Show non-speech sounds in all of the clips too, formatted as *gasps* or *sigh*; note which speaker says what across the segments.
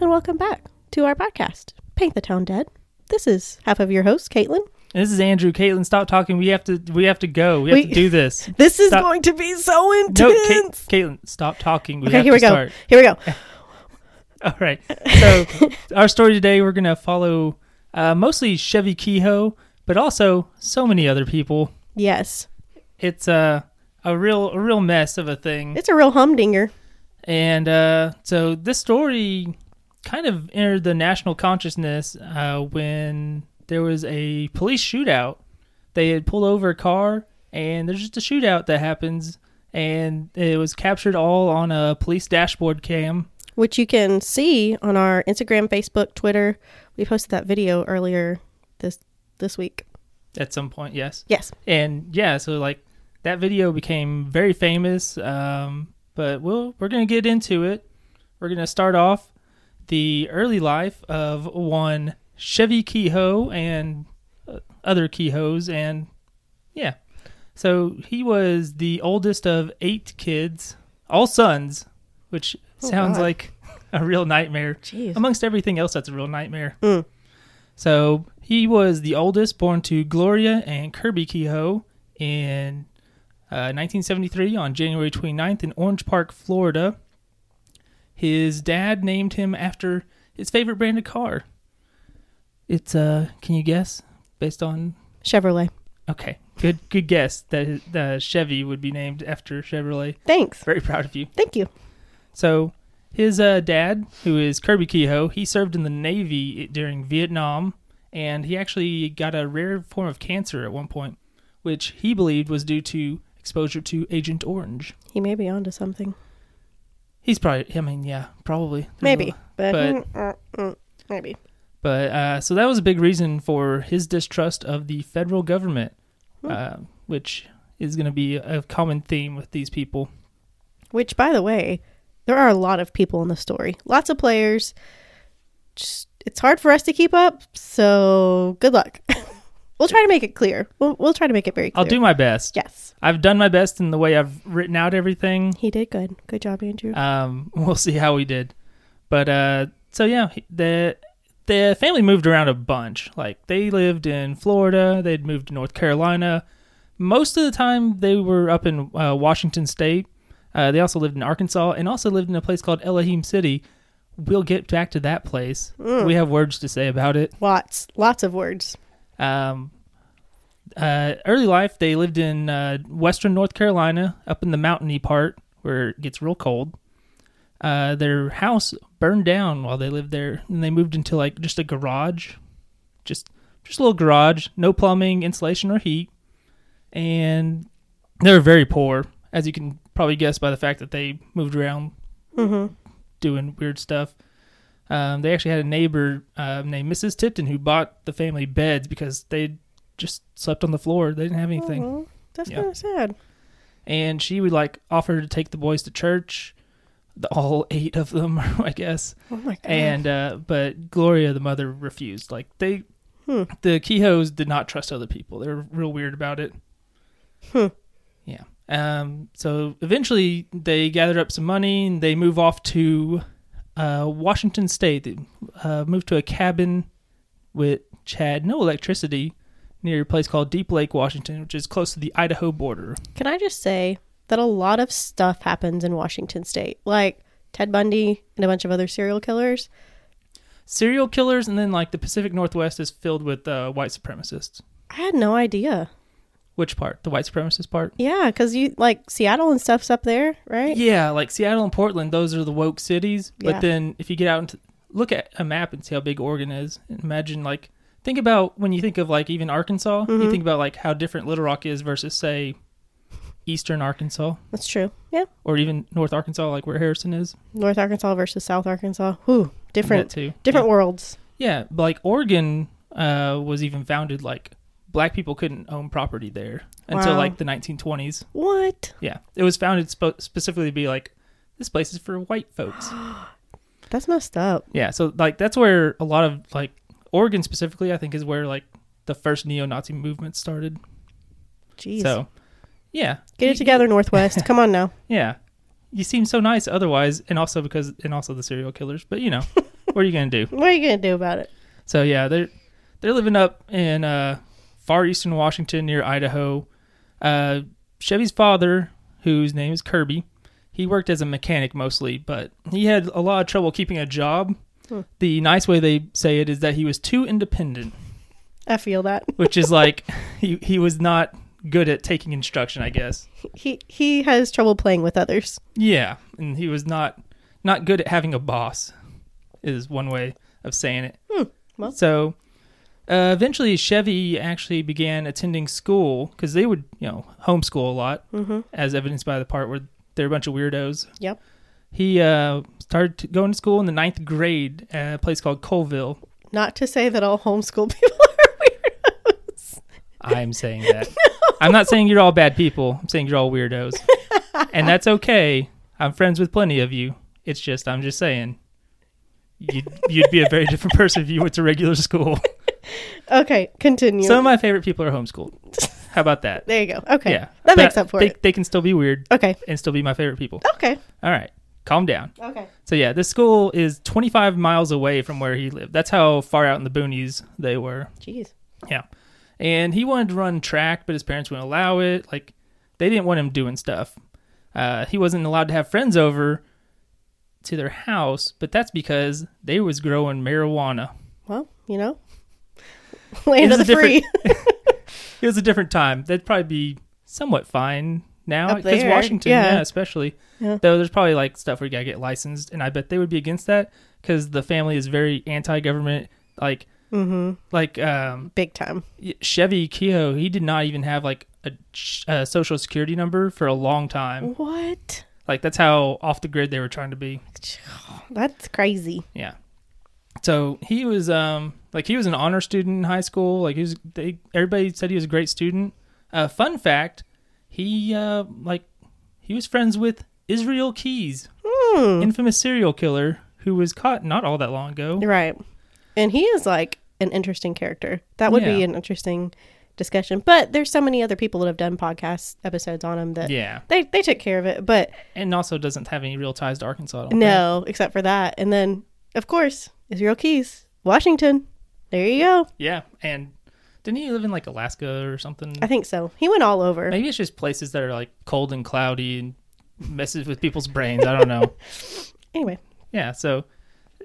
Speaker 1: welcome back to our podcast, Paint the Town Dead. This is half of your host, Caitlin.
Speaker 2: This is Andrew. Caitlin, stop talking. We have to. We have to go. We have
Speaker 1: We-
Speaker 2: to
Speaker 1: *laughs*
Speaker 2: do this.
Speaker 1: This is
Speaker 2: Stop.
Speaker 1: going to be so
Speaker 2: No,
Speaker 1: intense.
Speaker 2: Ca- Caitlin, stop talking. We
Speaker 1: okay,
Speaker 2: have
Speaker 1: here
Speaker 2: to
Speaker 1: we go.
Speaker 2: start. *laughs*
Speaker 1: Here we go.
Speaker 2: All right. So our story today, we're gonna follow uh, mostly Chevy Kehoe, but also so many other people.
Speaker 1: Yes,
Speaker 2: It's uh, a real, a real mess of a thing.
Speaker 1: it's a real humdinger.
Speaker 2: And uh, so this story kind of entered the national consciousness uh, when there was a police shootout. They had pulled over a car, and there's just a shootout that happens, and it was captured all on a police dashboard cam.
Speaker 1: which you can see on our Instagram, Facebook, Twitter. We posted that video earlier this this week.
Speaker 2: At some point, yes,
Speaker 1: Yes,
Speaker 2: and yeah, so like that video became very famous. Um, but we'll we're gonna get into it. We're gonna start off the early life of one Chevy Kehoe and uh, other Kehoes, and yeah. So he was the oldest of eight kids, all sons, which
Speaker 1: Oh,
Speaker 2: sounds
Speaker 1: God.
Speaker 2: like a real nightmare.
Speaker 1: jeez,
Speaker 2: Amongst everything else, that's a real nightmare.
Speaker 1: Mm.
Speaker 2: So he was the oldest, born to Gloria and Kirby Kehoe in uh, 1973 on January 29th in Orange Park, Florida. His dad named him after his favorite brand of car. It's uh, can you guess based on?
Speaker 1: Chevrolet.
Speaker 2: Okay, good good guess that uh, Chevy would be named after Chevrolet.
Speaker 1: Thanks,
Speaker 2: Very proud of you.
Speaker 1: thank you.
Speaker 2: So his uh, dad, who is Kirby Kehoe, he served in the Navy during Vietnam, and he actually got a rare form of cancer at one point, which he believed was due to exposure to Agent Orange.
Speaker 1: He may be onto something,
Speaker 2: He's probably, I mean, yeah, probably. There's a-
Speaker 1: maybe, but,
Speaker 2: but-
Speaker 1: Mm, mm, maybe.
Speaker 2: But uh, so that was a big reason for his distrust of the federal government, uh, which is going to be a common theme with these people.
Speaker 1: Which, by the way, there are a lot of people in the story, lots of players. Just, it's hard for us to keep up, so good luck. *laughs* we'll try to make it clear. We'll, we'll try to make it very clear.
Speaker 2: I'll do my best.
Speaker 1: Yes,
Speaker 2: I've done my best in the way I've written out everything.
Speaker 1: he did good. Good job, Andrew.
Speaker 2: Um, *laughs* we'll see how we did. But uh, so yeah, he- the the family moved around a bunch. Like they lived in Florida, they'd moved to North Carolina. Most of the time, they were up in uh, Washington State. Uh, they also lived in Arkansas and also lived in a place called Elohim City. We'll get back to that place. We have words to say about it.
Speaker 1: lots, lots of words.
Speaker 2: Um, uh, early life, they lived in uh, western North Carolina, up in the mountainy part where it gets real cold. Uh, their house burned down while they lived there, and they moved into like just a garage, just just a little garage, no plumbing, insulation, or heat, and they were very poor, as you can probably guess by the fact that they moved around
Speaker 1: Mm-hmm.
Speaker 2: doing weird stuff. Um, they actually had a neighbor uh, named Mrs. Tipton who bought the family beds because they just slept on the floor. They didn't have anything,
Speaker 1: Aw, Oh, that's
Speaker 2: Yeah.
Speaker 1: kind of sad.
Speaker 2: and she would like offer to take the boys to church, the, all eight of them, *laughs* I guess.
Speaker 1: Oh my god.
Speaker 2: And uh, but Gloria, the mother, refused. Like they,
Speaker 1: Hmm.
Speaker 2: the Kehoes did not trust other people. They were real weird about it.
Speaker 1: Hmm.
Speaker 2: Yeah. Um. So eventually, they gathered up some money and they move off to uh, Washington State. They uh, moved to a cabin with Chad, no electricity, near a place called Deep Lake, Washington, which is close to the Idaho border.
Speaker 1: Can I just say that a lot of stuff happens in Washington State, like Ted Bundy and a bunch of other serial killers.
Speaker 2: Serial killers, and then like the Pacific Northwest is filled with uh, white supremacists.
Speaker 1: I had no idea.
Speaker 2: Which part? The white supremacist part?
Speaker 1: Yeah, because you like Seattle and stuff's up there, right?
Speaker 2: Yeah, like Seattle and Portland, those are the woke cities.
Speaker 1: Yeah.
Speaker 2: But then if you get out and look at a map and see how big Oregon is, imagine like think about when you think of like even Arkansas,
Speaker 1: Mm-hmm.
Speaker 2: you think about like how different Little Rock is versus say eastern Arkansas
Speaker 1: That's true. Yeah,
Speaker 2: or even North Arkansas, like where Harrison is.
Speaker 1: North Arkansas versus South Arkansas. Whew, different,
Speaker 2: That too.
Speaker 1: different worlds.
Speaker 2: Yeah, but like Oregon uh, was even founded like black people couldn't own property there until
Speaker 1: Wow.
Speaker 2: like the 1920s.
Speaker 1: What?
Speaker 2: Yeah, it was founded spo specifically to be like this place is for white folks.
Speaker 1: That's messed up.
Speaker 2: Yeah, so like that's where a lot of like Oregon specifically, I think, is where like the first neo-Nazi movement started.
Speaker 1: Jeez.
Speaker 2: So, yeah,
Speaker 1: Get it together, Northwest. Come on now. *laughs*
Speaker 2: yeah, you seem so nice otherwise, and also because and also the serial killers, but you know, what are you gonna do?
Speaker 1: What are you going to do about it?
Speaker 2: So yeah, they're they're living up in uh, far eastern Washington near Idaho. Uh, Chevy's father, whose name is Kirby, he worked as a mechanic mostly, but he had a lot of trouble keeping a job.
Speaker 1: Hmm.
Speaker 2: The nice way they say it is that he was too independent,
Speaker 1: I feel that. *laughs*
Speaker 2: which is like *laughs* he he was not good at taking instruction, I guess.
Speaker 1: He he has trouble playing with others.
Speaker 2: Yeah, and he was not not good at having a boss, is one way of saying it.
Speaker 1: Hmm, well.
Speaker 2: So uh, eventually, Chevy actually began attending school because they would, you know, homeschool a lot,
Speaker 1: Mhm.
Speaker 2: as evidenced by the part where they're a bunch of weirdos.
Speaker 1: Yep.
Speaker 2: He uh, started to- going to school in the ninth grade at a place called Colville.
Speaker 1: Not to say that all homeschool *laughs* people are weirdos.
Speaker 2: I'm
Speaker 1: *laughs*
Speaker 2: saying that. I'm not saying you're all bad people. I'm saying you're all weirdos. and that's okay. I'm friends with plenty of you. It's just I'm just saying you'd, you'd be a very different person if you went to regular school.
Speaker 1: Okay, continue.
Speaker 2: Some of my favorite people are homeschooled. How about that?
Speaker 1: there you go. Okay.
Speaker 2: Yeah.
Speaker 1: That
Speaker 2: But
Speaker 1: makes up for
Speaker 2: they,
Speaker 1: it.
Speaker 2: They can still be weird
Speaker 1: Okay.
Speaker 2: and still be my favorite people.
Speaker 1: Okay.
Speaker 2: All right. Calm down.
Speaker 1: Okay.
Speaker 2: So yeah, this school is 25 miles away from where he lived. That's how far out in the boonies they were.
Speaker 1: Jeez.
Speaker 2: Yeah. And he wanted to run track, but his parents wouldn't allow it. Like, they didn't want him doing stuff. Uh, he wasn't allowed to have friends over to their house, but that's because they was growing marijuana.
Speaker 1: Well, you know, *laughs* land of
Speaker 2: It's a
Speaker 1: the free. *laughs*
Speaker 2: It was a different time. That'd probably be somewhat fine now
Speaker 1: Up
Speaker 2: because
Speaker 1: there,
Speaker 2: Washington,
Speaker 1: yeah.
Speaker 2: yeah, especially.
Speaker 1: Yeah.
Speaker 2: Though there's probably like stuff where you gotta get licensed, and I bet they would be against that because the family is very anti-government. Like,
Speaker 1: mm-hmm.
Speaker 2: like um,
Speaker 1: Big time.
Speaker 2: Chevy Kehoe, he did not even have like a, a social security number for a long time.
Speaker 1: What?
Speaker 2: Like that's how off the grid they were trying to be.
Speaker 1: That's crazy.
Speaker 2: Yeah. So he was um like he was an honor student in high school. Like he was they everybody said he was a great student. Uh, fun fact, he uh like he was friends with Israel Keys,
Speaker 1: Hmm.
Speaker 2: infamous serial killer who was caught not all that long ago.
Speaker 1: You're right. And he is like an interesting character. That would be
Speaker 2: Yeah.
Speaker 1: an interesting discussion. But there's so many other people that have done podcast episodes on him that
Speaker 2: Yeah,
Speaker 1: they, they took care of it. But
Speaker 2: and also doesn't have any real ties to Arkansas. I don't think.
Speaker 1: no, except for that. And then, of course, Israel Keys, Washington. There you go.
Speaker 2: Yeah, and didn't he live in like Alaska or something?
Speaker 1: I think so. He went all over.
Speaker 2: Maybe it's just places that are like cold and cloudy and messes with people's brains. I don't know.
Speaker 1: Anyway,
Speaker 2: Yeah, so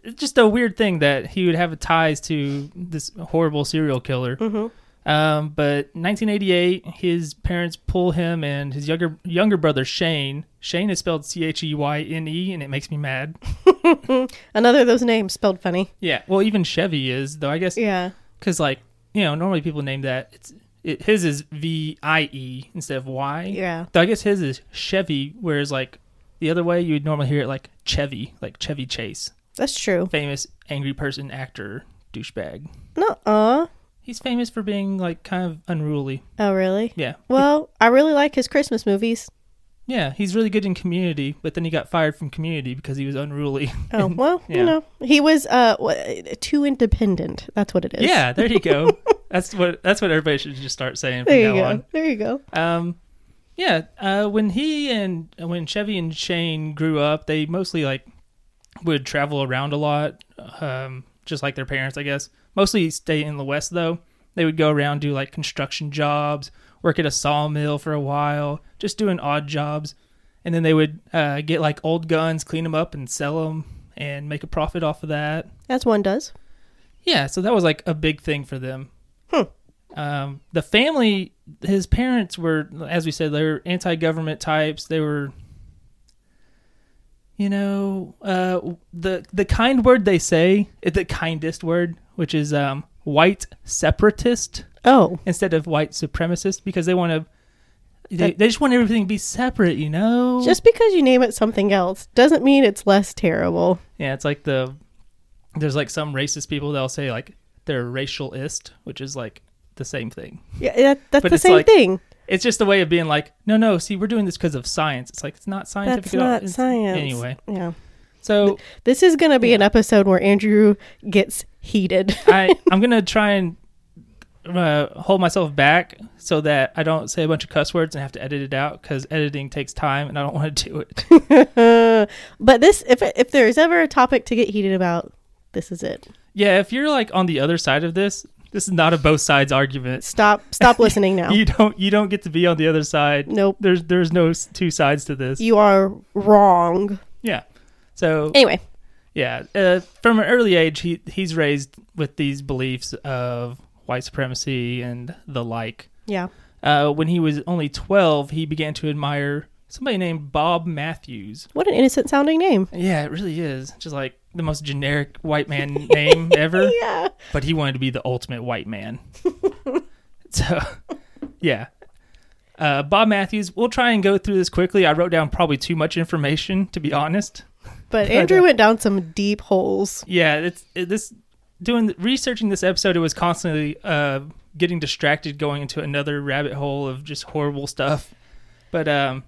Speaker 2: it's just a weird thing that he would have ties to this horrible serial killer.
Speaker 1: Mm-hmm.
Speaker 2: Um, but 1988, his parents pull him and his younger younger brother Shane. Shane is spelled C H E Y N E, and it makes me mad. *laughs*
Speaker 1: another of those names spelled funny.
Speaker 2: Yeah, well, even Chevy is though. I guess
Speaker 1: Yeah.
Speaker 2: because like you know normally people name that it's it, his is V I E instead of Y.
Speaker 1: Yeah.
Speaker 2: Though I guess his is Chevy, whereas like the other way you would normally hear it like Chevy, like Chevy Chase,
Speaker 1: That's true.
Speaker 2: famous angry person actor douchebag.
Speaker 1: No, uh.
Speaker 2: He's famous for being like kind of unruly.
Speaker 1: Oh, really?
Speaker 2: Yeah,
Speaker 1: Well, I really like his Christmas movies.
Speaker 2: yeah. He's really good in Community, but then he got fired from Community because he was unruly. *laughs*
Speaker 1: Oh, well,
Speaker 2: Yeah.
Speaker 1: you know, he was uh wha- too independent. That's what it is.
Speaker 2: yeah, there you go.
Speaker 1: *laughs*
Speaker 2: that's what that's what everybody should just start saying from
Speaker 1: There you
Speaker 2: now
Speaker 1: go.
Speaker 2: on.
Speaker 1: There you go.
Speaker 2: Um, yeah. Uh, when he and when Chevy and Shane grew up, they mostly like would travel around a lot, um, just like their parents, I guess. Mostly stay in the West though. They would go around do like construction jobs, work at a sawmill for a while, just doing odd jobs, and then they would uh, get like old guns, clean them up, and sell them, and make a profit off of that.
Speaker 1: As one does.
Speaker 2: Yeah, so that was like a big thing for them.
Speaker 1: Hmm.
Speaker 2: Um, the family, his parents were, as we said, they were anti-government types. They were, you know, uh, the the kind word they say, the kindest word, which is um, white separatist
Speaker 1: Oh,
Speaker 2: instead of white supremacist, because they want to, they,
Speaker 1: That-
Speaker 2: they just want everything to be separate, you know.
Speaker 1: just because you name it something else doesn't mean it's less terrible.
Speaker 2: Yeah, it's like the there's like some racist people that'll say like they're racialist, which is like the same thing.
Speaker 1: Yeah, that, that's
Speaker 2: But
Speaker 1: the
Speaker 2: it's
Speaker 1: same
Speaker 2: like-
Speaker 1: thing.
Speaker 2: It's just a way of being like, no, no, see, we're doing this because of science. It's like it's not scientific
Speaker 1: That's
Speaker 2: at all.
Speaker 1: not
Speaker 2: It's-
Speaker 1: science.
Speaker 2: Anyway,
Speaker 1: Yeah.
Speaker 2: so
Speaker 1: This is going to be an episode where Andrew gets heated. *laughs*
Speaker 2: I I'm gonna try and uh, hold myself back so that I don't say a bunch of cuss words and have to edit it out because editing takes time and I don't want to do it.
Speaker 1: but this, if if there is ever a topic to get heated about, this is it.
Speaker 2: Yeah, if you're like on the other side of this, this is not a both sides argument.
Speaker 1: Stop
Speaker 2: *laughs*
Speaker 1: stop listening now.
Speaker 2: You don't you don't get to be on the other side.
Speaker 1: Nope.
Speaker 2: There's there's no s- two sides to this.
Speaker 1: You are wrong.
Speaker 2: yeah. So
Speaker 1: Anyway,
Speaker 2: yeah, uh, from an early age, he he's raised with these beliefs of white supremacy and the like.
Speaker 1: yeah.
Speaker 2: Uh, when he was only twelve, he began to admire somebody named Bob Matthews.
Speaker 1: What an innocent sounding name.
Speaker 2: Yeah, it really is. Just like the most generic white man name ever.
Speaker 1: Yeah.
Speaker 2: But he wanted to be the ultimate white man. so, yeah. Uh, Bob Matthews, we'll try and go through this quickly. I wrote down probably too much information, to be honest.
Speaker 1: But Andrew went down some deep holes.
Speaker 2: Yeah, it's it, this doing researching this episode. It was constantly uh, getting distracted, going into another rabbit hole of just horrible stuff. But um,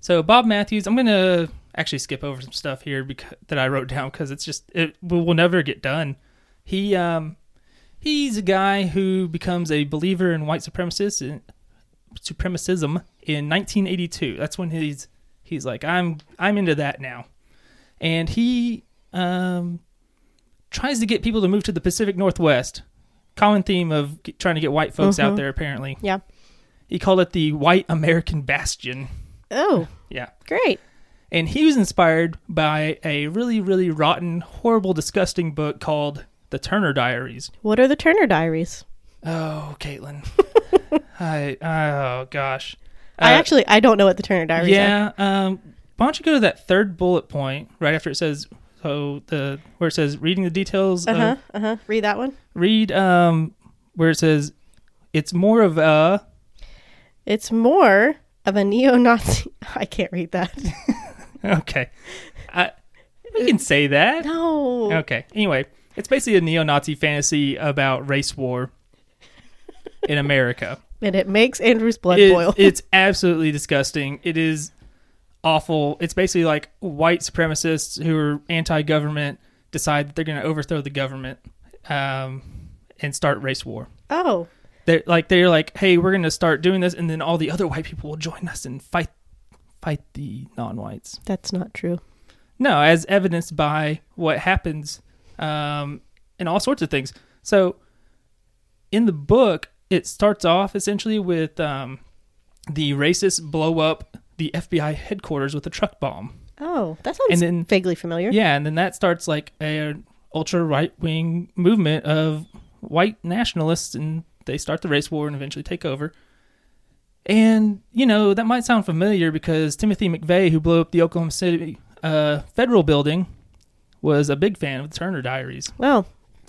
Speaker 2: so Bob Matthews, I'm gonna actually skip over some stuff here because, that I wrote down because it's just it will will never get done. He um, he's a guy who becomes a believer in white supremacists supremacism in 1982. That's when he's he's like I'm I'm into that now, and he um, tries to get people to move to the Pacific Northwest. Common theme of g- trying to get white folks
Speaker 1: Uh-huh.
Speaker 2: out there. Apparently,
Speaker 1: Yeah.
Speaker 2: he called it the White American Bastion.
Speaker 1: Oh,
Speaker 2: Yeah,
Speaker 1: great.
Speaker 2: and he was inspired by a really, really rotten, horrible, disgusting book called The Turner Diaries.
Speaker 1: What are the Turner Diaries?
Speaker 2: Oh,
Speaker 1: *laughs*
Speaker 2: Caitlin. I oh gosh.
Speaker 1: I
Speaker 2: Uh,
Speaker 1: actually I don't know what the Turner Diaries are.
Speaker 2: Yeah. Um, why don't you go to that third bullet point right after it says so the where it says reading the details
Speaker 1: Uh huh.
Speaker 2: of
Speaker 1: Uh huh. Read that one.
Speaker 2: read um where it says it's more of a *laughs*
Speaker 1: It's more of a neo-Nazi. *laughs* I can't read that.
Speaker 2: okay. I we can say that.
Speaker 1: No. *laughs*
Speaker 2: Okay. Anyway, it's basically a neo-Nazi fantasy about race war in America.
Speaker 1: And it makes Andrew's *laughs* blood
Speaker 2: It- *laughs*
Speaker 1: boil.
Speaker 2: It's absolutely disgusting. It is awful. It's basically like white supremacists who are anti-government decide that they're going to overthrow the government um, and start race war.
Speaker 1: oh,
Speaker 2: They're like they're like, hey, we're going to start doing this, and then all the other white people will join us and fight fight the non-whites.
Speaker 1: that's not true.
Speaker 2: No, as evidenced by what happens um, and all sorts of things. So in the book, it starts off essentially with um, the racists blow up the FBI headquarters with a truck bomb.
Speaker 1: Oh, that sounds
Speaker 2: And then-
Speaker 1: vaguely familiar.
Speaker 2: Yeah, and then that starts like a ultra right wing movement of white nationalists, and they start the race war and eventually take over. And you know that might sound familiar because Timothy McVeigh, who blew up the Oklahoma City uh, federal building, was a big fan of the Turner Diaries.
Speaker 1: Well,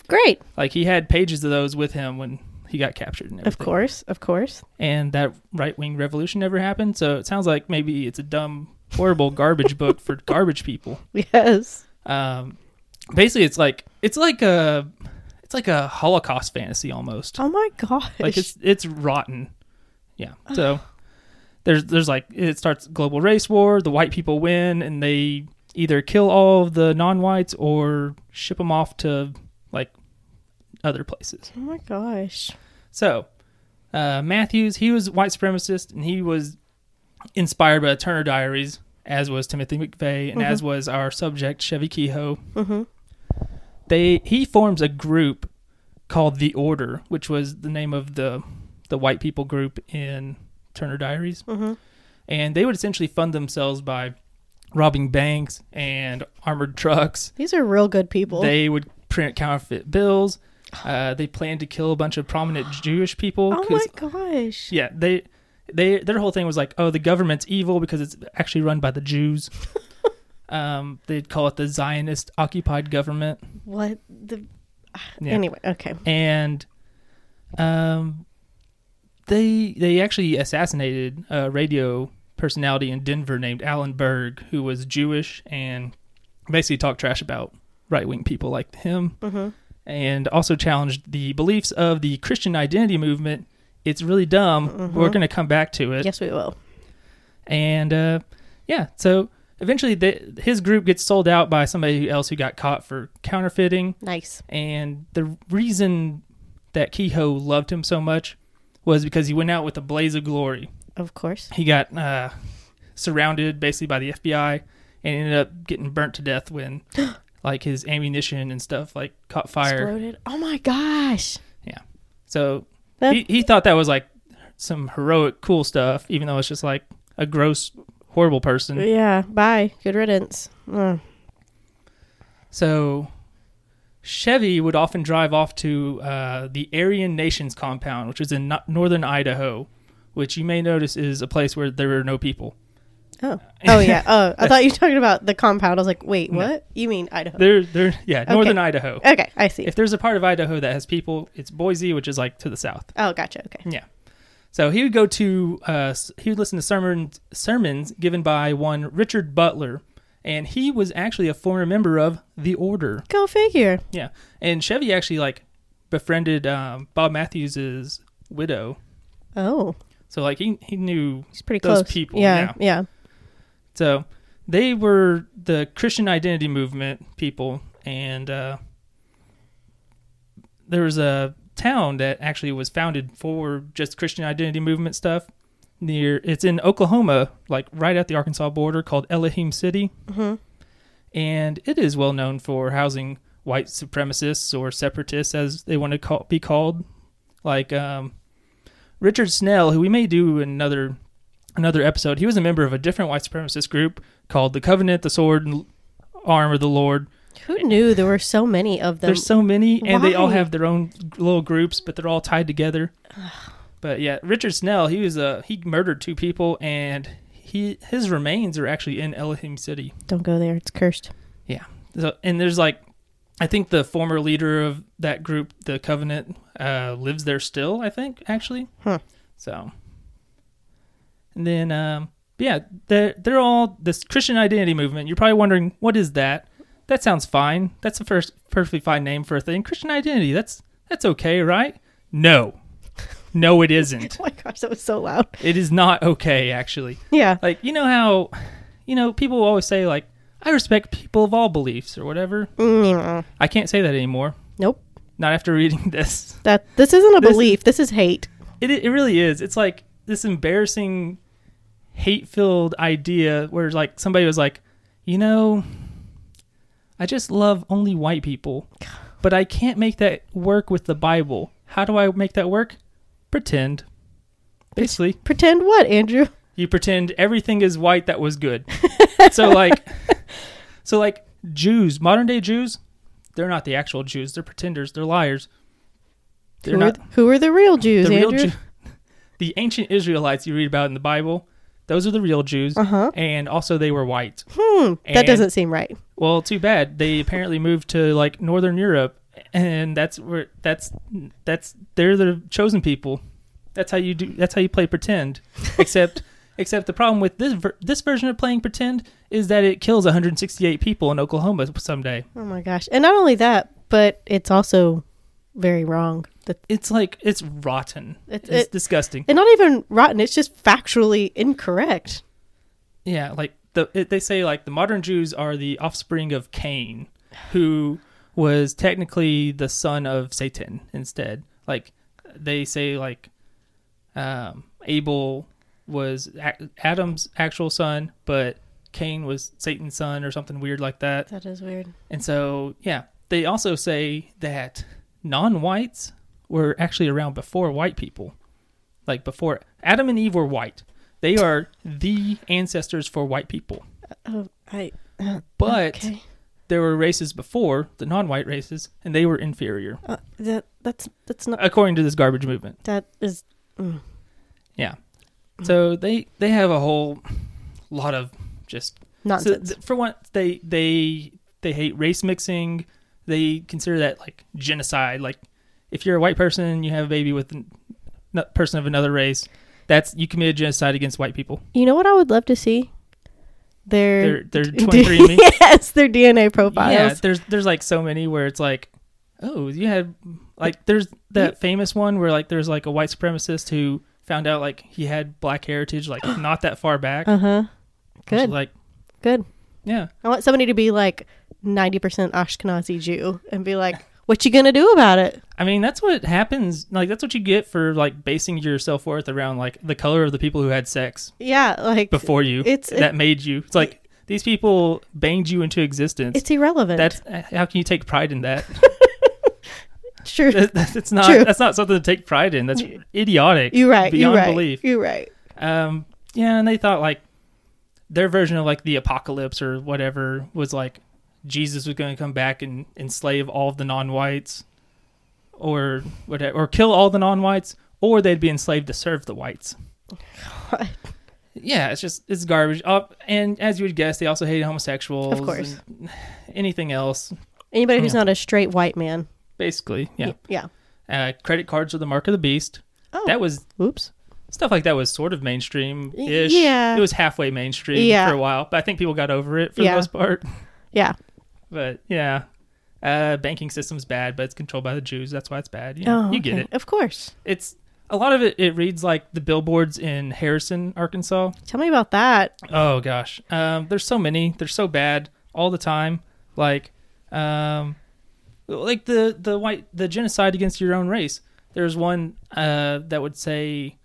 Speaker 1: great.
Speaker 2: Like he had pages of those with him when he got captured. And
Speaker 1: Of
Speaker 2: everything.
Speaker 1: course, of course. *laughs*
Speaker 2: And that right wing revolution never happened. So it sounds like maybe it's a dumb, horrible garbage book for garbage people
Speaker 1: Yes.
Speaker 2: um basically it's like it's like a it's like a holocaust fantasy almost
Speaker 1: Oh my gosh.
Speaker 2: like it's it's rotten yeah so there's there's like it starts global race war the white people win and they either kill all of the non-whites or ship them off to like other places
Speaker 1: oh my gosh.
Speaker 2: so uh matthews he was a white supremacist and he was inspired by turner diaries as was timothy mcveigh and as was our subject chevy kehoe
Speaker 1: hmm
Speaker 2: they he forms a group called the Order, which was the name of the the white people group in Turner Diaries,
Speaker 1: hmm
Speaker 2: and they would essentially fund themselves by robbing banks and armored trucks.
Speaker 1: These are real good people.
Speaker 2: They would print counterfeit bills. Uh, they planned to kill a bunch of
Speaker 1: *gasps*
Speaker 2: prominent Jewish people.
Speaker 1: oh
Speaker 2: 'cause-
Speaker 1: my gosh.
Speaker 2: yeah, they they their whole thing was like, oh, the government's evil because it's actually run by the
Speaker 1: *laughs*
Speaker 2: Jews. um, they'd call it the Zionist occupied government.
Speaker 1: What the? ah,
Speaker 2: Yeah.
Speaker 1: Anyway, okay.
Speaker 2: and um, they they actually assassinated a radio personality in Denver named Alan Berg, who was Jewish and basically talked trash about right wing people like him,
Speaker 1: hmm
Speaker 2: and also challenged the beliefs of the Christian identity movement. It's really dumb. We're going to come back to it,
Speaker 1: Yes, we will.
Speaker 2: and uh, yeah, so. Eventually, they, his group gets sold out by somebody else who got caught for counterfeiting,
Speaker 1: Nice.
Speaker 2: and the reason that Kehoe loved him so much was because he went out with a blaze of glory.
Speaker 1: Of course.
Speaker 2: He got uh,
Speaker 1: *gasps*
Speaker 2: surrounded basically by the FBI and ended up getting burnt to death when like his ammunition and stuff like caught fire.
Speaker 1: Exploded. Oh my gosh.
Speaker 2: So
Speaker 1: That-
Speaker 2: he, he thought that was like some heroic, cool stuff, even though it's just like a gross, horrible person.
Speaker 1: Yeah. Bye. Good riddance. Mm.
Speaker 2: So Chevy would often drive off to uh, the Aryan Nations compound, which is in no- northern Idaho, which you may notice is a place where there are no people. *laughs*
Speaker 1: Oh. Oh yeah. Oh, I thought you were talking about the compound. I was like, wait, what? You mean Idaho?
Speaker 2: They're, they're, yeah, northern Idaho.
Speaker 1: okay, I see.
Speaker 2: If there's a part of Idaho that has people, it's Boise, which is like to the south.
Speaker 1: oh, gotcha. Okay.
Speaker 2: Yeah. So he would go to uh, s- he would listen to sermons sermons given by one Richard Butler, and he was actually a former member of the Order.
Speaker 1: Go figure.
Speaker 2: Yeah, and Chevy actually like befriended um, Bob Matthews's widow,
Speaker 1: Oh,
Speaker 2: so like he he knew
Speaker 1: he's pretty
Speaker 2: Those
Speaker 1: close.
Speaker 2: people,
Speaker 1: Yeah. Yeah.
Speaker 2: so they were the Christian identity movement people, and uh, there was a town that actually was founded for just Christian identity movement stuff. Near it's in Oklahoma, like right at the Arkansas border, called Elohim City,
Speaker 1: Mhm.
Speaker 2: and it is well known for housing white supremacists or separatists, as they want to call, be called. Like um, Richard Snell, who we may do another another episode, he was a member of a different white supremacist group called the Covenant, the Sword, and Arm of the Lord.
Speaker 1: Who knew there were so many of them?
Speaker 2: There's so many, and they all
Speaker 1: Why?
Speaker 2: have their own little groups, but they're all tied together. But yeah, Richard Snell, he was a he murdered two people, and he his remains are actually in Elohim City.
Speaker 1: Don't go there. It's
Speaker 2: *laughs*
Speaker 1: cursed.
Speaker 2: So, and there's like, I think the former leader of that group, the Covenant, uh, lives there still. I think actually.
Speaker 1: Huh.
Speaker 2: So. And then, um, yeah, they're they're all this Christian identity movement. You're probably wondering what is that? That sounds fine. That's a first perfectly fine name for a thing. Christian identity. That's that's okay, right? No, no, it isn't.
Speaker 1: *laughs* Oh my gosh, that was so loud.
Speaker 2: It is not okay, actually
Speaker 1: Yeah.
Speaker 2: like you know how you know people always say like i respect people of all beliefs or whatever
Speaker 1: Mm,
Speaker 2: i can't say that anymore
Speaker 1: Nope.
Speaker 2: not after *laughs* reading this
Speaker 1: That this isn't a
Speaker 2: This-
Speaker 1: belief. This is hate.
Speaker 2: it, it really is it's like this embarrassing hate-filled idea where like somebody was like you know i just love only white people but i can't make that work with the bible how do i make that work pretend basically
Speaker 1: Pretend what, Andrew?
Speaker 2: you pretend everything is white that was
Speaker 1: *laughs*
Speaker 2: good so like so like jews modern day jews they're not the actual jews they're pretenders they're liars they're
Speaker 1: Who,
Speaker 2: not
Speaker 1: are, who are the real Jews,
Speaker 2: the real
Speaker 1: Andrew?
Speaker 2: Jew- *laughs* the ancient israelites you read about in the bible those are the real jews
Speaker 1: Uh-huh.
Speaker 2: and also they were white
Speaker 1: Hmm. That
Speaker 2: And-
Speaker 1: doesn't seem right.
Speaker 2: well too bad they apparently moved to like northern europe and that's where that's that's they're the chosen people that's how you do that's how you play pretend
Speaker 1: *laughs*
Speaker 2: except except the problem with this ver- this version of playing pretend is that it kills 168 people in oklahoma someday
Speaker 1: Oh my gosh. And not only that, but it's also very wrong. That
Speaker 2: it's like it's rotten
Speaker 1: It-
Speaker 2: it's
Speaker 1: it-
Speaker 2: disgusting
Speaker 1: and not even rotten, it's just factually incorrect.
Speaker 2: yeah like the it, they say like the modern jews are the offspring of cain who was technically the son of satan instead like they say like um abel was A- adam's actual son but cain was satan's son or something weird like that
Speaker 1: That is weird.
Speaker 2: and so yeah they also say that non-whites were actually around before white people like before adam and eve were white they are the ancestors for white people
Speaker 1: Oh, I
Speaker 2: but
Speaker 1: okay.
Speaker 2: there were races before the non-white races and they were inferior
Speaker 1: Uh, that that's that's not
Speaker 2: according to this garbage movement
Speaker 1: that is
Speaker 2: yeah so they they have a whole lot of just so
Speaker 1: nonsense.
Speaker 2: th- for one they they they hate race mixing they consider that like genocide like if you're a white person and you have a baby with a n- person of another race that's you committed genocide against white people
Speaker 1: you know what I would love to see? Their
Speaker 2: they're
Speaker 1: *laughs*
Speaker 2: they're 23andme
Speaker 1: yes, their DNA
Speaker 2: yeah
Speaker 1: profiles.
Speaker 2: there's there's like so many where it's like oh you had like there's that famous one where like there's like a white supremacist who found out like he had black
Speaker 1: *gasps*
Speaker 2: heritage like not that far back
Speaker 1: Uh huh.
Speaker 2: Which is
Speaker 1: Good.
Speaker 2: like
Speaker 1: Good.
Speaker 2: yeah
Speaker 1: I want somebody to be like 90% Ashkenazi Jew and be like, what you gonna do about it?
Speaker 2: I mean, that's what happens. Like, that's what you get for like basing your self worth around like the color of the people who had sex
Speaker 1: Yeah, like
Speaker 2: before you.
Speaker 1: It's-
Speaker 2: that made you. It's like These people banged you into existence.
Speaker 1: It's irrelevant.
Speaker 2: That's how can you take pride
Speaker 1: *laughs*
Speaker 2: in that?
Speaker 1: true.
Speaker 2: That- that's not
Speaker 1: True. Mm.
Speaker 2: that's not something to take pride in. That's idiotic.
Speaker 1: You're right.
Speaker 2: Beyond
Speaker 1: you're right.
Speaker 2: belief.
Speaker 1: You're right.
Speaker 2: Um, yeah, and they thought like their version of like the apocalypse or whatever was like Jesus was going to come back and enslave all of the non-whites, or whatever, or kill all the non-whites, or they'd be enslaved to serve
Speaker 1: *laughs*
Speaker 2: the whites.
Speaker 1: God.
Speaker 2: Yeah, it's just it's garbage. Uh, and as you would guess, they also hated homosexuals,
Speaker 1: Of course.
Speaker 2: and anything else,
Speaker 1: Anybody who's
Speaker 2: Yeah.
Speaker 1: not a straight white man.
Speaker 2: basically. Yeah,
Speaker 1: Y- Yeah.
Speaker 2: Uh, credit cards were the mark of the beast.
Speaker 1: Oh.
Speaker 2: That was
Speaker 1: Oops.
Speaker 2: stuff like that was sort of mainstream ish.
Speaker 1: yeah.
Speaker 2: It was halfway mainstream
Speaker 1: Yeah.
Speaker 2: for a while, but I think people got over it for
Speaker 1: Yeah.
Speaker 2: the most part. *laughs*
Speaker 1: Yeah.
Speaker 2: But yeah. Uh, banking system's bad, but it's controlled by the Jews. That's why it's bad. You, know,
Speaker 1: oh,
Speaker 2: you get
Speaker 1: okay.
Speaker 2: it.
Speaker 1: Of course.
Speaker 2: It's a lot of it. It reads like the billboards in Harrison, Arkansas.
Speaker 1: Tell me about that.
Speaker 2: Oh gosh, um, there's so many. They're so bad all the time. Like, um, like the the white the genocide against your own race. There's one uh, that would say,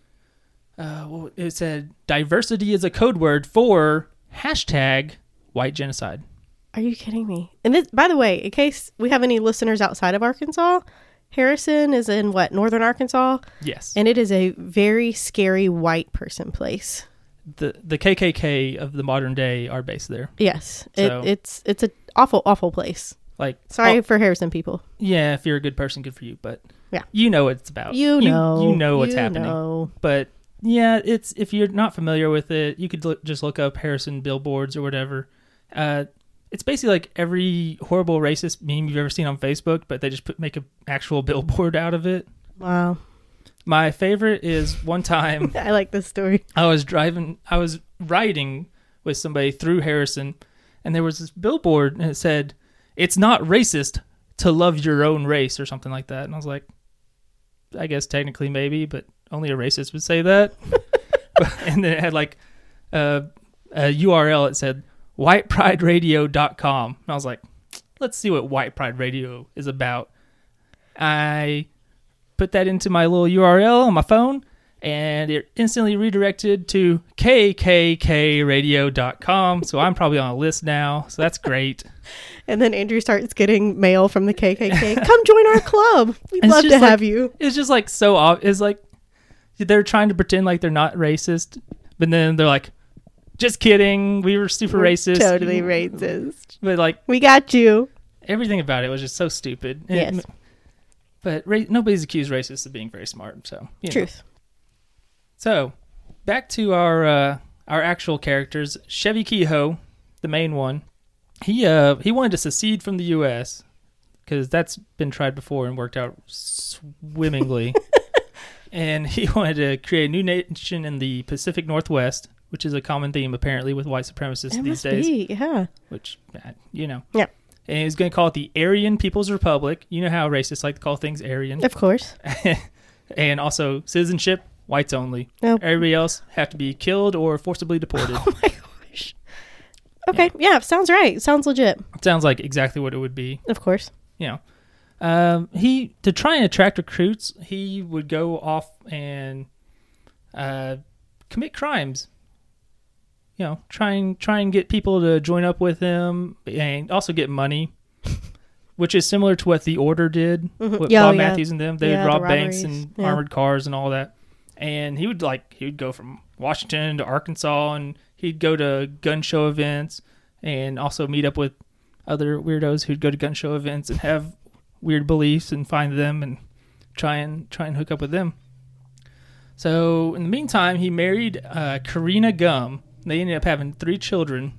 Speaker 2: uh, what- it said diversity is a code word for hashtag white genocide.
Speaker 1: Are you kidding me? And this, by the way, in case we have any listeners outside of Arkansas, Harrison is in what northern Arkansas,
Speaker 2: Yes,
Speaker 1: and it is a very scary white person place.
Speaker 2: the the KKK of the modern day are based there.
Speaker 1: Yes, it,
Speaker 2: So-
Speaker 1: it's it's an awful awful place.
Speaker 2: Like,
Speaker 1: Sorry
Speaker 2: oh,
Speaker 1: for Harrison people.
Speaker 2: yeah, if you're a good person, good for you. But
Speaker 1: Yeah.
Speaker 2: you know what it's about.
Speaker 1: You know,
Speaker 2: Oh. you, know what's
Speaker 1: you
Speaker 2: happening.
Speaker 1: know.
Speaker 2: but yeah, it's if you're not familiar with it, you could look, just look up Harrison billboards or whatever. Uh, it's basically like every horrible racist meme you've ever seen on Facebook, but they just put, make an actual *laughs* billboard out of it.
Speaker 1: Wow,
Speaker 2: My favorite is one time
Speaker 1: I like this story.
Speaker 2: I was driving, I was riding with somebody through Harrison, and there was this billboard, and it said, "It's not racist to love your own race" or something like that. And I was like, I guess technically maybe, but only a racist would say that. *laughs* and then it had like uh, a URL. It said whitepride.radio.com. and I was like, let's see what White Pride Radio is about. I put that into my little URL on my phone, and it instantly redirected to kkkradio.com. So I'm probably on a list now. So that's great.
Speaker 1: And then Andrew starts getting mail from the KKK. Come join our club. We'd
Speaker 2: It's
Speaker 1: love to
Speaker 2: just like-
Speaker 1: have you.
Speaker 2: It's just like so off. It's like they're trying to pretend like they're not racist, but then they're like, just kidding. We were super racist.
Speaker 1: Totally racist.
Speaker 2: But like
Speaker 1: We got you.
Speaker 2: everything about it was just so stupid. And-
Speaker 1: Yes.
Speaker 2: But ra- nobody's accused racists of being very smart. So you know.
Speaker 1: Truth.
Speaker 2: So, back to our uh, our actual characters. Chevy Kehoe, the main one, he uh he wanted to secede from the U.S. because that's been tried before and worked out
Speaker 1: *laughs*
Speaker 2: swimmingly. and he *laughs* wanted to create a new nation in the Pacific Northwest, which is a common theme apparently with white supremacists
Speaker 1: It
Speaker 2: these
Speaker 1: must
Speaker 2: days.
Speaker 1: be. Yeah.
Speaker 2: Which uh, you know.
Speaker 1: Yeah.
Speaker 2: And he was going to call it the Aryan People's Republic. You know how racists like to call things Aryan.
Speaker 1: Of course.
Speaker 2: and also citizenship, whites only.
Speaker 1: No.
Speaker 2: Everybody else have to be killed or
Speaker 1: *laughs*
Speaker 2: forcibly deported.
Speaker 1: Oh my gosh. Okay. Yeah. Sounds right. Sounds legit.
Speaker 2: Sounds like exactly what it would be.
Speaker 1: Of course.
Speaker 2: You know, um, he to try and attract recruits, he would go off and uh, commit crimes. You know, try and try and get people to join up with him, and also
Speaker 1: *laughs*
Speaker 2: get money, which is similar to what the Order did.
Speaker 1: Mhm.
Speaker 2: With
Speaker 1: Yeah,
Speaker 2: Bob
Speaker 1: yeah.
Speaker 2: Matthews and them, they
Speaker 1: Yeah,
Speaker 2: would
Speaker 1: the
Speaker 2: rob banks
Speaker 1: robberies.
Speaker 2: and
Speaker 1: Yeah.
Speaker 2: armored cars and all that. And he would like he would go from Washington to Arkansas, and he'd go to gun show events, and also meet up with other weirdos who'd go to gun show events and have weird beliefs and find them and try and try and hook up with them. So in the meantime, he married uh, Karina Gum. They ended up having three children,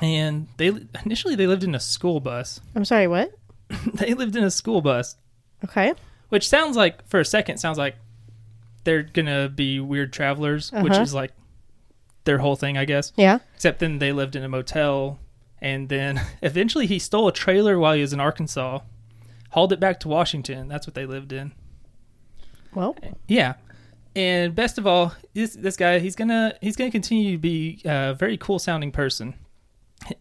Speaker 2: and they initially they lived in a school bus. *laughs*
Speaker 1: I'm sorry. What?
Speaker 2: they lived in a school bus,
Speaker 1: Okay.
Speaker 2: which sounds like for a second sounds like they're gonna be weird travelers, which
Speaker 1: Uh-huh.
Speaker 2: is like their whole thing, I guess.
Speaker 1: Yeah.
Speaker 2: Except then they lived in a motel, and then *laughs* eventually he stole a trailer while he was in Arkansas, hauled it back to Washington. That's what they lived in.
Speaker 1: Well.
Speaker 2: Yeah, and best of all, this this guy he's gonna he's gonna continue to be a very cool sounding person,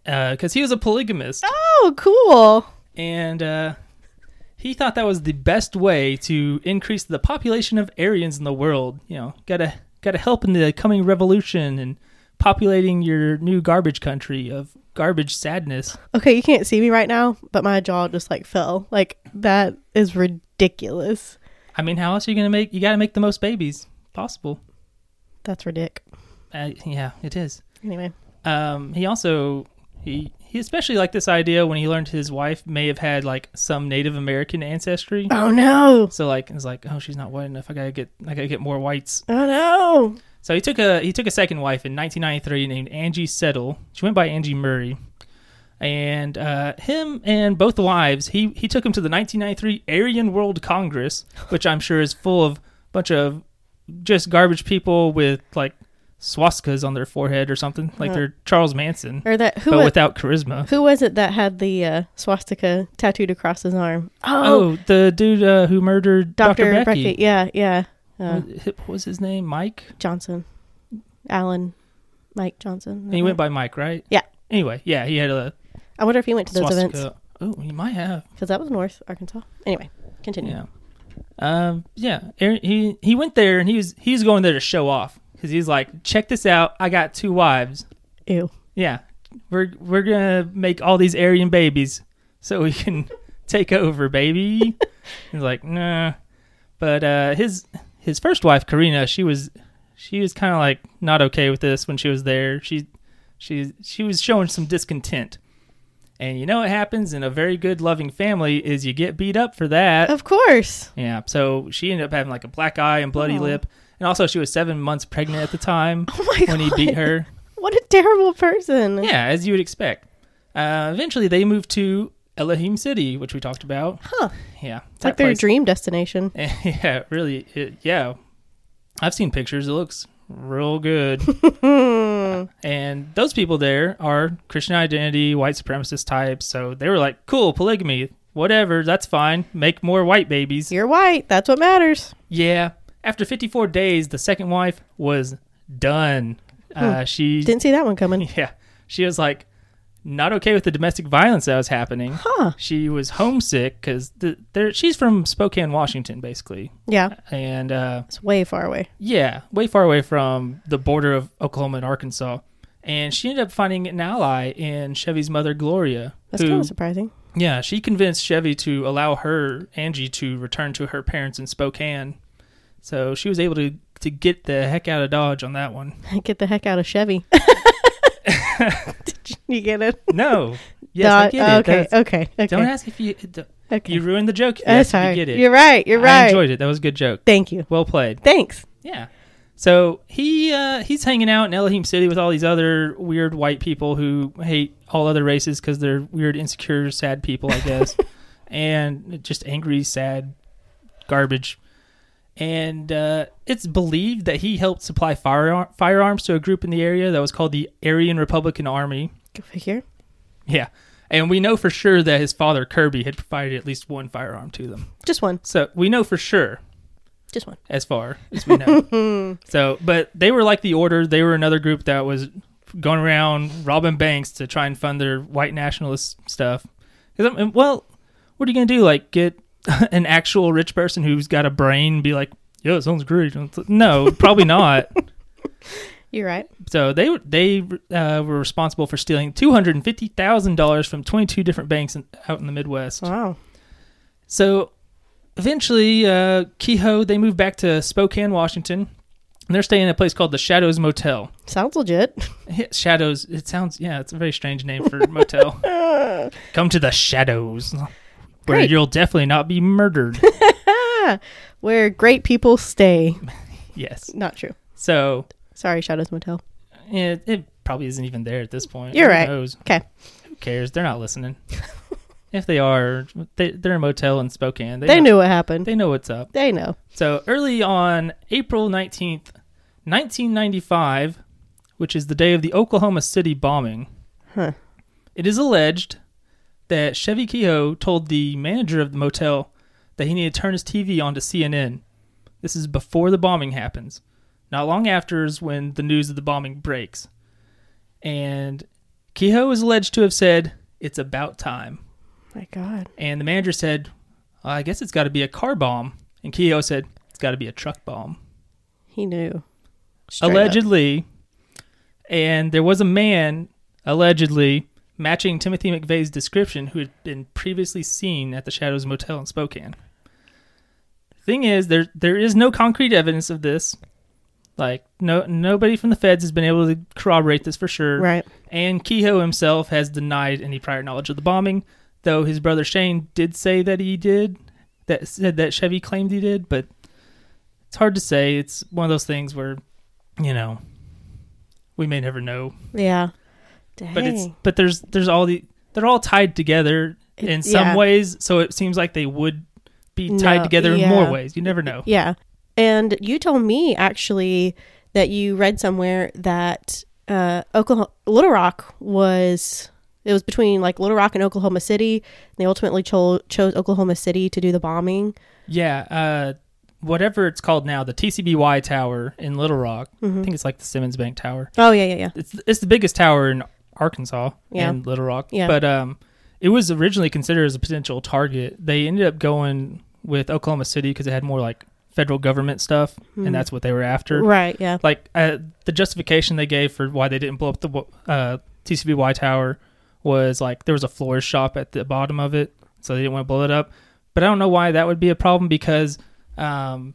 Speaker 2: because he was a polygamist,
Speaker 1: Oh, cool.
Speaker 2: and uh, he thought that was the best way to increase the population of Aryans in the world. You know, gotta gotta help in the coming revolution and populating your new garbage country of garbage sadness.
Speaker 1: Okay, you can't see me right now, but my jaw just like fell. Like that is ridiculous.
Speaker 2: I mean, how else are you gonna make? You gotta make the most babies possible.
Speaker 1: That's ridiculous.
Speaker 2: Uh, yeah, it is.
Speaker 1: Anyway,
Speaker 2: Um, he also he he especially liked this idea when he learned his wife may have had like some Native American ancestry.
Speaker 1: oh no,
Speaker 2: So like it's like oh she's not white enough. I gotta get I gotta get more whites.
Speaker 1: oh no.
Speaker 2: So he took a he took a second wife in 1993 named Angie Settle. She went by Angie Murray. And uh, him and both wives, he he took him to the 1993 Aryan World Congress, which I'm sure is full of bunch of just garbage people with like swastikas on their forehead or something, like they're Charles Manson,
Speaker 1: Or that who
Speaker 2: but
Speaker 1: was,
Speaker 2: without charisma.
Speaker 1: who was it that had the uh, swastika tattooed across his arm? Oh,
Speaker 2: Oh, the dude uh, who murdered Dr.
Speaker 1: Doctor
Speaker 2: Becky.
Speaker 1: Beckett. Yeah, yeah. Uh,
Speaker 2: What- What was his name? Mike.
Speaker 1: Johnson, Alan, Mike Johnson.
Speaker 2: And he went by Mike, right?
Speaker 1: Mm-hmm. Yeah.
Speaker 2: Anyway, yeah, he had a
Speaker 1: I wonder if he went to those
Speaker 2: swastika.
Speaker 1: events
Speaker 2: Oh, he might have.
Speaker 1: because that was North Arkansas. Anyway, continue.
Speaker 2: Yeah. Um. Yeah. Aaron, he he went there and he was he was going there to show off because he's like, check this out. I got two wives.
Speaker 1: Ew.
Speaker 2: Yeah. We're we're gonna make all these Aryan babies so we can *laughs* take over, baby. he's like, nah. But uh, his his first wife, Karina, she was she was kind of like not okay with this when she was there. She she she was showing some discontent. And you know what happens in a very good loving family is you get beat up for that.
Speaker 1: Of course.
Speaker 2: Yeah. So she ended up having like a black eye and bloody
Speaker 1: Aw.
Speaker 2: lip. And also she was seven months pregnant at the time
Speaker 1: *laughs* Oh my
Speaker 2: when
Speaker 1: god.
Speaker 2: he beat her.
Speaker 1: What a terrible person.
Speaker 2: Yeah, as you would expect. Uh, eventually they moved to Elohim City, which we talked about.
Speaker 1: Huh.
Speaker 2: Yeah.
Speaker 1: It's like
Speaker 2: that
Speaker 1: their
Speaker 2: place-
Speaker 1: dream destination.
Speaker 2: *laughs* yeah, really. It, yeah. I've seen pictures. It looks real
Speaker 1: *laughs*
Speaker 2: good.
Speaker 1: Hmm.
Speaker 2: and those people there are Christian identity, white supremacist types. So they were like, cool, polygamy, whatever, that's fine. Make more white babies.
Speaker 1: You're white. That's what matters.
Speaker 2: Yeah. After 54 days, the second wife was done. Uh, she
Speaker 1: Hmm. Didn't see that one coming.
Speaker 2: *laughs* yeah, she was like not okay with the domestic violence that
Speaker 1: *laughs*
Speaker 2: was happening.
Speaker 1: Huh.
Speaker 2: She was homesick because the, there she's from Spokane, Washington, basically,
Speaker 1: Yeah.
Speaker 2: and uh,
Speaker 1: It's way far away.
Speaker 2: yeah, way far away from the border of Oklahoma and Arkansas. And she ended up finding an ally in Chevy's mother, Gloria,
Speaker 1: That's kind
Speaker 2: who
Speaker 1: of surprising.
Speaker 2: yeah, she convinced Chevy to allow her, Angie, to return to her parents in Spokane. So she was able to, to get the heck out of Dodge on that one.
Speaker 1: *laughs* Get the heck out of Chevy. *laughs* Did you get it?
Speaker 2: *laughs* No. Yes, I
Speaker 1: Dodge-
Speaker 2: get it.
Speaker 1: Okay,
Speaker 2: That's-
Speaker 1: okay, okay.
Speaker 2: Don't ask if you. d-
Speaker 1: okay.
Speaker 2: You ruined the joke. if you
Speaker 1: Oh,
Speaker 2: ask if
Speaker 1: sorry.
Speaker 2: You get it.
Speaker 1: You're right. You're
Speaker 2: I
Speaker 1: right.
Speaker 2: enjoyed it. That was a good joke.
Speaker 1: Thank you.
Speaker 2: Well played.
Speaker 1: Thanks.
Speaker 2: Yeah. So he uh, he's hanging out in Elohim City with all these other weird white people who hate all other races because they're weird, insecure, sad people, I guess, and just angry, sad garbage. And uh, it's believed that he helped supply fire, firearms to a group in the area that was called the Aryan Republican Army.
Speaker 1: Go figure.
Speaker 2: Yeah. And we know for sure that his father, Kirby, had provided at least one firearm to them.
Speaker 1: Just one.
Speaker 2: So we know for sure
Speaker 1: Just one.
Speaker 2: as far as we know. so, but they were like the order. They were another group that was going around robbing banks to try and fund their white nationalist stuff. 'Cause I'm- and, well, what are you gonna do? Like, get *laughs* an actual rich person who's got a brain, and be like, "Yo, it sounds great." And it's like, No, probably not.
Speaker 1: You're right.
Speaker 2: So they were- they uh, were responsible for stealing two hundred and fifty thousand dollars from twenty two different banks in, out in the Midwest.
Speaker 1: Wow.
Speaker 2: So eventually, uh, Kehoe, they moved back to Spokane, Washington. And they're staying in a place called the Shadows Motel.
Speaker 1: Sounds legit.
Speaker 2: Shadows, it sounds, yeah, it's a very strange name for motel.
Speaker 1: *laughs*
Speaker 2: Come to the Shadows, where
Speaker 1: Great.
Speaker 2: you'll definitely not be
Speaker 1: *laughs*
Speaker 2: murdered.
Speaker 1: Where great people
Speaker 2: *laughs*
Speaker 1: stay.
Speaker 2: yes.
Speaker 1: Not true.
Speaker 2: So
Speaker 1: Sorry, Shadows Motel.
Speaker 2: it, it probably isn't even there at this point.
Speaker 1: You're
Speaker 2: Who
Speaker 1: right.
Speaker 2: knows?
Speaker 1: Okay.
Speaker 2: Who cares? They're not listening. if they are, they, they're a motel in Spokane.
Speaker 1: They
Speaker 2: know,
Speaker 1: knew what happened.
Speaker 2: They know what's up.
Speaker 1: They know.
Speaker 2: So early on April 19th, 1995, which is the day of the Oklahoma City bombing,
Speaker 1: Huh.
Speaker 2: it is alleged that Chevy Kehoe told the manager of the motel that he needed to turn his TV on to CNN. This is before the bombing happens. Not long after is when the news of the bombing breaks. And Kehoe is alleged to have said, It's about time.
Speaker 1: My God.
Speaker 2: And the manager said, I guess it's got to be a car bomb. And Keo said, it's got to be a truck bomb.
Speaker 1: He knew. Straight up.
Speaker 2: Allegedly. and there was a man allegedly matching Timothy McVeigh's description who had been previously seen at the Shadows Motel in Spokane. Thing is, there there is no concrete evidence of this. Like no nobody from the feds has been able to corroborate this for sure.
Speaker 1: Right.
Speaker 2: And Kehoe himself has denied any prior knowledge of the bombing, though his brother Shane did say that he did. That said that Chevy claimed he did, but it's hard to say. It's one of those things where, you know, we may never know.
Speaker 1: Yeah. Dang.
Speaker 2: But it's but there's there's all the they're all tied together
Speaker 1: It-
Speaker 2: in some
Speaker 1: yeah.
Speaker 2: ways, so it seems like they would be tied
Speaker 1: No,
Speaker 2: together in
Speaker 1: yeah.
Speaker 2: more ways. You never know.
Speaker 1: Yeah. And you told me actually that you read somewhere that uh, Oklahoma Little Rock was it was between like Little Rock and Oklahoma City. They ultimately cho- chose Oklahoma City to do the bombing.
Speaker 2: Yeah, uh, whatever it's called now, the TCBY Tower in Little Rock. I think it's like the Simmons Bank Tower.
Speaker 1: Mm-hmm. Oh yeah, yeah, yeah.
Speaker 2: It's it's the biggest tower in Arkansas
Speaker 1: Yeah.
Speaker 2: and Little Rock.
Speaker 1: Yeah.
Speaker 2: But um, it was originally considered as a potential target. They ended up going with Oklahoma City because it had more like federal government stuff,
Speaker 1: Hmm.
Speaker 2: and that's what they were after.
Speaker 1: Mm-hmm. Right, yeah.
Speaker 2: Like uh, the justification they gave for why they didn't blow up the uh, TCBY Tower was like there was a florist shop at the bottom of it, so they didn't want to blow it up. But I don't know why that would be a problem because um,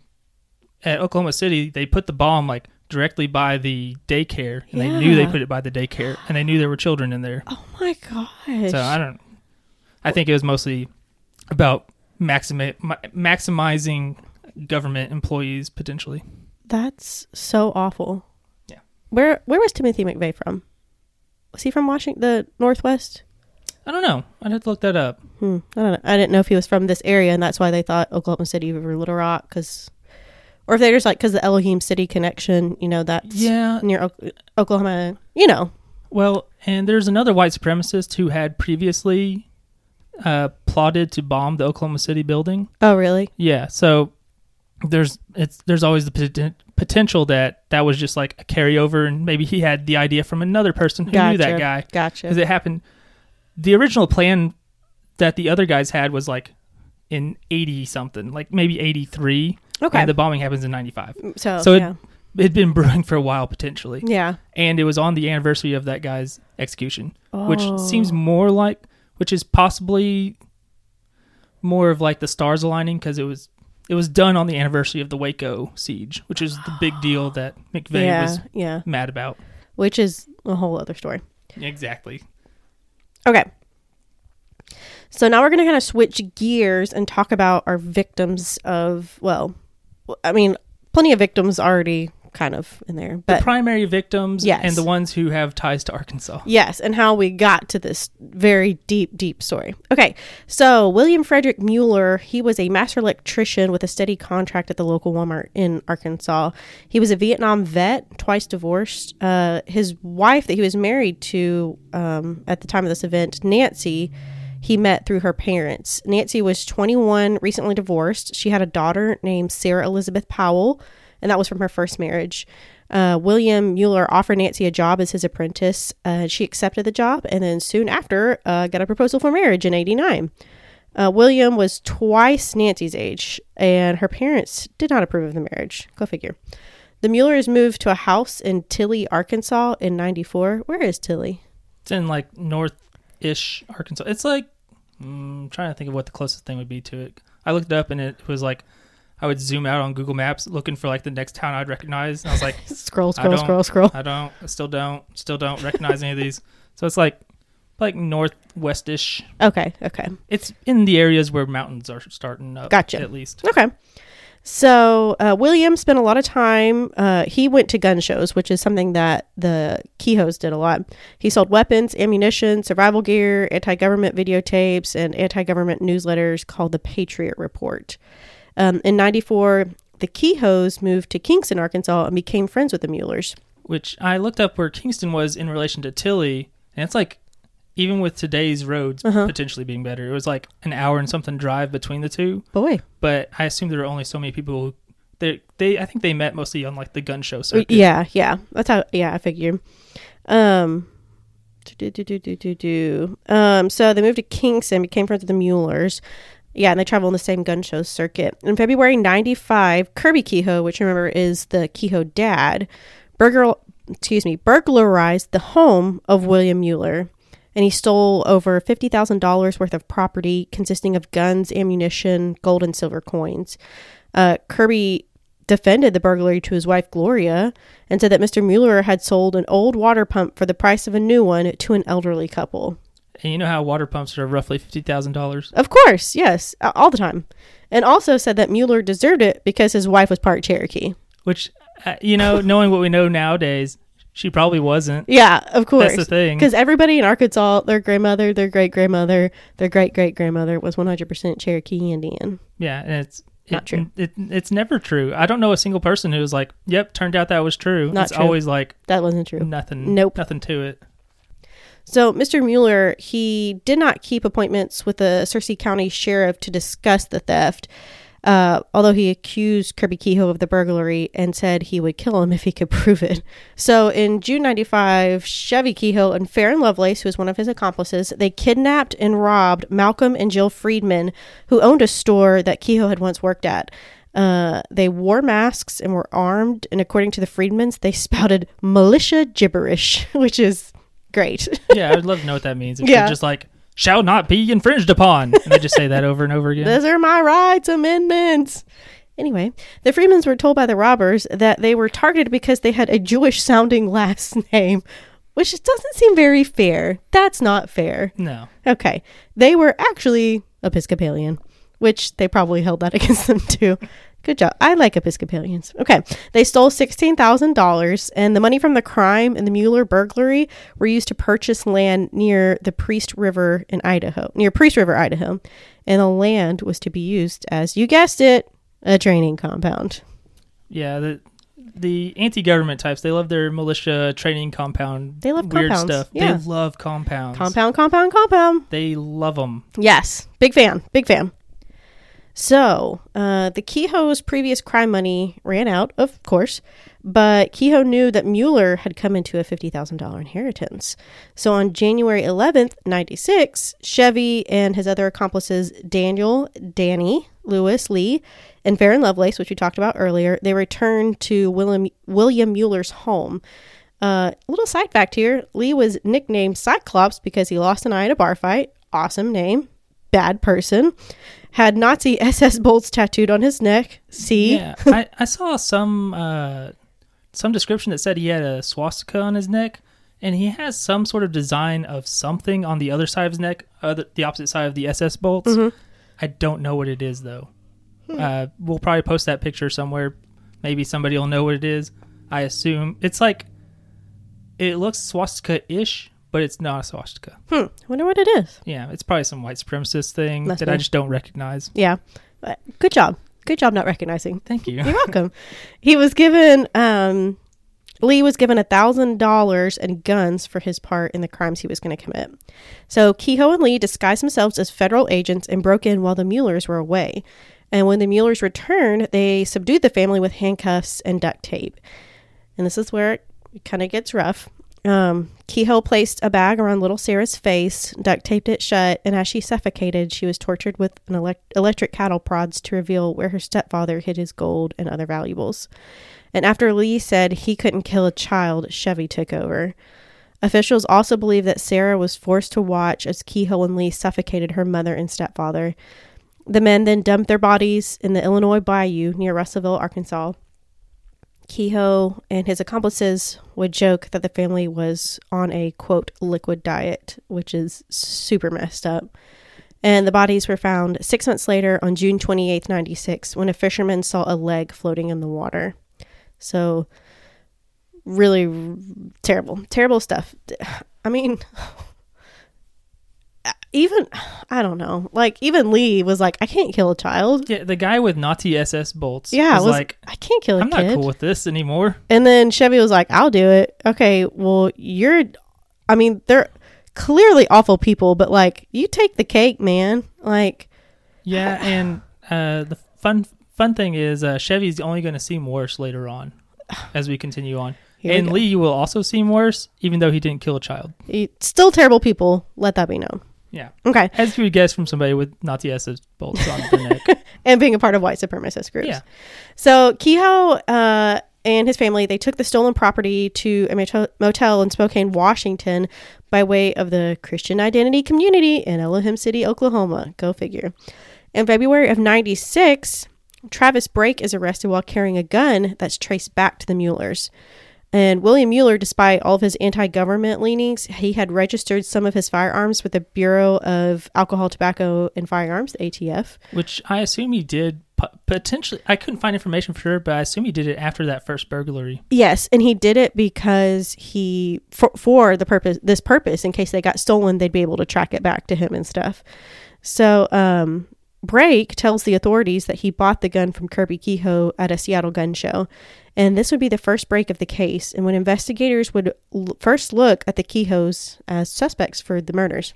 Speaker 2: at Oklahoma City they put the bomb like directly by the daycare, and they knew they
Speaker 1: Yeah.
Speaker 2: put it by the daycare, and they knew there were children in there.
Speaker 1: Oh my gosh.
Speaker 2: So I don't. I think it was mostly about maximi- mi- maximizing government employees potentially.
Speaker 1: That's so awful.
Speaker 2: Yeah.
Speaker 1: Where where was Timothy McVeigh from? Was he from Washington the Northwest?
Speaker 2: I don't know. I'd have to look that up.
Speaker 1: Hmm. I don't know. I didn't know if he was from this area, and that's why they thought Oklahoma City over Little Rock, because, or if they're just like because the Elohim City connection, you know, that's
Speaker 2: Yeah.
Speaker 1: near o- Oklahoma. You know,
Speaker 2: Well, and there's another white supremacist who had previously uh, plotted to bomb the Oklahoma City building.
Speaker 1: oh really?
Speaker 2: Yeah, so there's it's there's always the poten- potential that that was just like a carryover, and maybe he had the idea from another person who knew that guy
Speaker 1: Gotcha.
Speaker 2: because it happened. The original plan that the other guys had was like in eighty something, like maybe eighty three,
Speaker 1: okay.
Speaker 2: and the bombing happens in ninety five.
Speaker 1: so
Speaker 2: so it-
Speaker 1: yeah,
Speaker 2: It had been brewing for a while potentially,
Speaker 1: yeah.
Speaker 2: and it was on the anniversary of that guy's execution which
Speaker 1: Oh.
Speaker 2: seems more like which is possibly more of like the stars aligning because it was it was done on the anniversary of the Waco siege, which is the big
Speaker 1: *gasps*
Speaker 2: deal that McVeigh
Speaker 1: yeah,
Speaker 2: was
Speaker 1: yeah,
Speaker 2: mad about.
Speaker 1: which is a whole other story.
Speaker 2: Exactly.
Speaker 1: Okay. So now we're going to kind of switch gears and talk about our victims of, well, I mean, plenty of victims already kind of in there, but
Speaker 2: the primary victims
Speaker 1: Yes.
Speaker 2: and the ones who have ties to Arkansas.
Speaker 1: yes, and how we got to this very deep, deep story. Okay. So William Frederick Mueller, he was a master electrician with a steady contract at the local Walmart in Arkansas. He was a Vietnam vet, twice divorced. Uh, his wife that he was married to um, at the time of this event, Nancy, he met through her parents. Nancy was 21, recently divorced. She had a daughter named Sarah Elizabeth Powell, and that was from her first marriage. Uh, William Mueller offered Nancy a job as his apprentice. Uh, she accepted the job and then soon after uh, got a proposal for marriage in 89. Uh, William was twice Nancy's age, and her parents did not approve of the marriage. Go figure. The Muellers moved to a house in Tilly, Arkansas in 94. Where is Tilly?
Speaker 2: It's in like north ish Arkansas. It's like mm, I'm trying to think of what the closest thing would be to it. I looked it up and it was like I would zoom out on Google Maps looking for like the next town I'd recognize. And I was like,
Speaker 1: Scroll,
Speaker 2: I
Speaker 1: scroll,
Speaker 2: don't-
Speaker 1: scroll,
Speaker 2: *laughs*
Speaker 1: scroll.
Speaker 2: I don't. I still don't. Still don't recognize any of these. So it's like, like northwestish.
Speaker 1: Okay, okay.
Speaker 2: It's in the areas where mountains are starting up.
Speaker 1: Gotcha.
Speaker 2: At least.
Speaker 1: Okay. So uh, William spent a lot of time. Uh, he went to gun shows, which is something that the Kehoes did a lot. He sold weapons, ammunition, survival gear, anti-government videotapes, and anti-government newsletters called the Patriot Report. Um, in '94, the Kehoes moved to Kingston, Arkansas, and became friends with the Muellers.
Speaker 2: Which I looked up where Kingston was in relation to Tilly, and it's like, even with today's roads
Speaker 1: Uh-huh.
Speaker 2: potentially being better, it was like an hour and something drive between the two.
Speaker 1: Boy,
Speaker 2: But I assume there were only so many people. Who, they they I think they met mostly on like the gun show circuit.
Speaker 1: Uh, yeah, yeah. That's how. Yeah, I figure. Um, do, do, do, do, do, do. um. So they moved to Kingston, became friends with the Muellers. Yeah, and they travel in the same gun show circuit. In February '95, Kirby Kehoe, which remember is the Kehoe dad, burglar excuse me, burglarized the home of William Mueller, and he stole over fifty thousand dollars worth of property, consisting of guns, ammunition, gold, and silver coins. Uh, Kirby defended the burglary to his wife Gloria and said that Mr. Mueller had sold an old water pump for the price of a new one to an elderly couple.
Speaker 2: And you know how water pumps are roughly fifty thousand dollars.
Speaker 1: Of course, yes, a- all the time. And also said that Mueller deserved it because his wife was part Cherokee.
Speaker 2: Which, uh, you know, knowing what we know nowadays, she probably wasn't.
Speaker 1: Yeah, of course. *laughs*
Speaker 2: That's the thing.
Speaker 1: Because everybody in Arkansas, their grandmother, their great grandmother, their great great grandmother was 100% Cherokee Indian.
Speaker 2: Yeah, and it's
Speaker 1: Not
Speaker 2: it-
Speaker 1: true.
Speaker 2: It, it's never true. I don't know a single person who was like, "Yep, turned out that was true."
Speaker 1: Not
Speaker 2: it's
Speaker 1: true.
Speaker 2: always like
Speaker 1: That wasn't true.
Speaker 2: nothing.
Speaker 1: Nope.
Speaker 2: nothing to
Speaker 1: *laughs*
Speaker 2: it.
Speaker 1: So, Mr. Mueller, he did not keep appointments with the Searcy County Sheriff to discuss the theft, uh, although he accused Kirby Kehoe of the burglary and said he would kill him if he could *laughs* prove it. So, in June 95, Chevy Kehoe and Farron Lovelace, who was one of his accomplices, they kidnapped and robbed Malcolm and Jill Friedman, who owned a store that Kehoe had once worked at. Uh, they wore masks and were armed, and according to the Freedmans, they *laughs* spouted militia gibberish, *laughs* which is great. *laughs*
Speaker 2: Yeah, I would love to know what that means. If
Speaker 1: Yeah.
Speaker 2: they're just like shall not be infringed upon, and they just say that over
Speaker 1: *laughs*
Speaker 2: and over again.
Speaker 1: Those are my rights amendments. Anyway, the Freemans were told by the robbers that they were targeted because they had a Jewish sounding *laughs* last name, which doesn't seem very fair. That's not fair.
Speaker 2: no,
Speaker 1: Okay. They were actually Episcopalian, which they probably held that *laughs* against them too. Good job. I like Episcopalians. Okay. They stole $16,000, and the money from the crime and the Mueller burglary were used to purchase land near the Priest River in Idaho, near Priest River, Idaho. And the land was to be used as, you guessed it, a training compound.
Speaker 2: yeah, the the anti-government types they love their militia training compound.
Speaker 1: They love
Speaker 2: weird
Speaker 1: compounds.
Speaker 2: stuff.
Speaker 1: Yeah.
Speaker 2: They love compounds.
Speaker 1: Compound, compound, compound.
Speaker 2: They love them.
Speaker 1: Yes, big fan, big fan. So, uh, the Kehoe's previous crime money ran out, of course, but Kehoe knew that Mueller had come into a $50,000 inheritance. So, on January 11th, 96, Chevy and his other accomplices, Daniel, Danny, Lewis, Lee, and Farron Lovelace, which we talked about earlier, they returned to William, William Mueller's home. Uh, little side fact here Lee was nicknamed Cyclops because he lost an eye in a bar fight. Awesome name. Bad person. Had Nazi *laughs* SS bolts tattooed on his neck. See? *laughs*
Speaker 2: Yeah, I, I saw some uh, some description that said he had a swastika on his neck, and he has some sort of design of something on the other side of his neck, other, the opposite side of the SS bolts.
Speaker 1: Mm-hmm.
Speaker 2: I don't know what it is though.
Speaker 1: Hmm.
Speaker 2: Uh, we'll probably post that picture somewhere. Maybe somebody will know what it is. I assume it's like it looks swastika-ish, but it's not a swastika.
Speaker 1: Hmm. Wonder what it is.
Speaker 2: Yeah, it's probably some white supremacist thing
Speaker 1: Must
Speaker 2: that
Speaker 1: be.
Speaker 2: I just don't recognize.
Speaker 1: Yeah. But good job. Good job not recognizing.
Speaker 2: Thank you.
Speaker 1: You're welcome. he was given, um, Lee was given $1,000 and guns for his part in the crimes he was going to commit. So Kehoe and Lee disguised themselves as federal agents and broke in while the Muellers were away. And when the Muellers returned, they subdued the family with handcuffs and duct tape. And this is where it kind of gets rough. Um, Kehoe placed a bag around little Sarah's face, duct taped it shut, and as she suffocated, she was tortured with an elect- electric cattle prods to reveal where her stepfather hid his gold and other valuables. And after Lee said he couldn't kill a child, Chevy took over. Officials also believe that Sarah was forced to watch as Kehoe and Lee suffocated her mother and stepfather. The men then dumped their bodies in the Illinois Bayou near Russellville, Arkansas. Kehoe and his accomplices would joke that the family was on a quote liquid diet, which is super messed up. And the bodies were found six months later on June 28th, 96, when a fisherman saw a leg floating in the water. So, really r- terrible, terrible stuff. I mean, *sighs* even, I don't know, like, even Lee was like, I can't kill a child.
Speaker 2: *laughs* Yeah, the guy with Nazi SS bolts.
Speaker 1: Yeah,
Speaker 2: was
Speaker 1: was-
Speaker 2: like
Speaker 1: I can't kill a
Speaker 2: I'm
Speaker 1: kid.
Speaker 2: not cool with this anymore.
Speaker 1: And then Chevy was like, I'll do it. Okay, well, you're, I mean, they're clearly awful people, but like, you take the cake, man. Like,
Speaker 2: *sighs* Yeah, and uh, the fun fun thing is uh, Chevy's only going to seem worse later *sighs* on as we continue on.
Speaker 1: Here we
Speaker 2: and
Speaker 1: go.
Speaker 2: Lee will also seem worse, even though he didn't kill a child.
Speaker 1: you- still terrible people. Let that be known.
Speaker 2: Yeah,
Speaker 1: Okay.
Speaker 2: as you would guess from somebody with Nazi SS *laughs* bolts on their neck.
Speaker 1: And being a part of white supremacist groups.
Speaker 2: Yeah.
Speaker 1: So Kehoe uh, and his family they took the stolen property to a motel- motel in Spokane, Washington, by way of the Christian Identity Community in Elohim City, Oklahoma. Go figure. In February of '96, Travis Brake is arrested while carrying a gun that's traced back to the Muellers. And William Mueller, despite all of his anti government leanings, he had registered some of his firearms with the Bureau of Alcohol, Tobacco, and Firearms, the ATF.
Speaker 2: Which I assume he did po- potentially. I couldn't find information for sure, but I assume he did it after that first burglary.
Speaker 1: Yes, and he did it because he for, for the purpose this purpose in case they got stolen, they'd be able to track it back to him and stuff. So, um Brake tells the authorities that he bought the gun from Kirby Kehoe at a Seattle gun show. And this would be the first break of the case, and when investigators would l- first look at the Kehoes as suspects for the murders.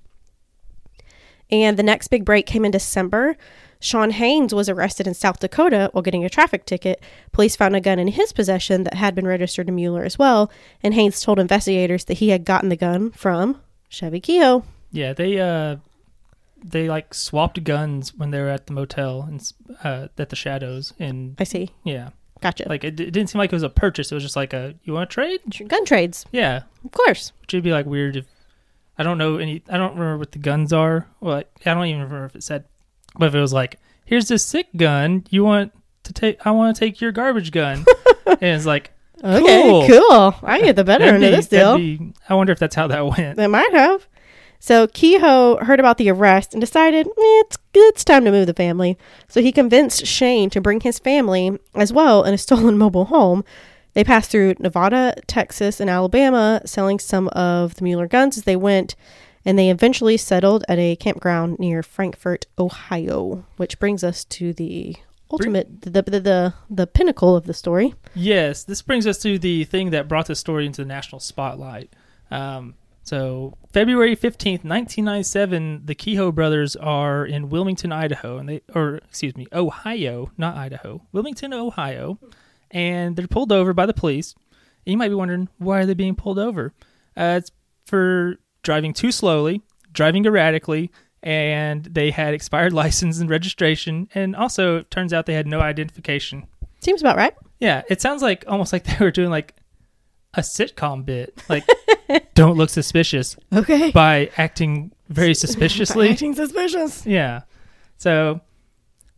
Speaker 1: And the next big break came in December. Sean Haynes was arrested in South Dakota while getting a traffic ticket. Police found a gun in his possession that had been registered to Mueller as well, and Haynes told investigators that he had gotten the gun from Chevy Keogh.
Speaker 2: Yeah, they uh, they like swapped guns when they were at the motel and s- uh, at the shadows, and
Speaker 1: I see.
Speaker 2: yeah,
Speaker 1: Gotcha.
Speaker 2: like it, it didn't seem like it was a purchase. It was just like a you want to trade?
Speaker 1: gun trades,
Speaker 2: Yeah,
Speaker 1: of course.
Speaker 2: which would be like weird if I don't know any. I don't remember what the guns are. Well, like, I don't even remember if it said, but if it was like, here's this sick gun. You want to take? I want to take your
Speaker 1: *laughs*
Speaker 2: garbage gun. and it's like,
Speaker 1: Okay,
Speaker 2: Cool.
Speaker 1: *laughs* cool. I get the better
Speaker 2: that'd
Speaker 1: end of
Speaker 2: be-
Speaker 1: this
Speaker 2: that'd
Speaker 1: deal.
Speaker 2: be- I wonder if that's how that *laughs* went.
Speaker 1: They might have. So Kehoe heard about the arrest and decided "Eh, it's it's time to move the family. So he convinced Shane to bring his family as well in a *laughs* stolen mobile home. They passed through Nevada, Texas, and Alabama, selling some of the Mueller guns as they went, and they eventually settled at a campground near Frankfort, Ohio. Which brings us to the ultimate, the the the, the pinnacle of the story.
Speaker 2: Yes, this brings us to the thing that brought this story into the national spotlight. Um, so February fifteenth, nineteen ninety seven, the Kehoe brothers are in Wilmington, Idaho, and they or excuse me, Ohio, not Idaho, Wilmington, Ohio, and they're pulled over by the police. And you might be wondering why are they being pulled over? Uh, it's for driving too slowly, driving erratically, and they had expired *laughs* license and registration, and also it turns out they had no identification.
Speaker 1: Seems about right.
Speaker 2: Yeah, it sounds like almost like *laughs* they were doing like a sitcom bit,
Speaker 1: *laughs*
Speaker 2: like don't look suspicious
Speaker 1: Okay.
Speaker 2: by acting
Speaker 1: *laughs*
Speaker 2: very suspiciously.
Speaker 1: Acting suspicious.
Speaker 2: Yeah. So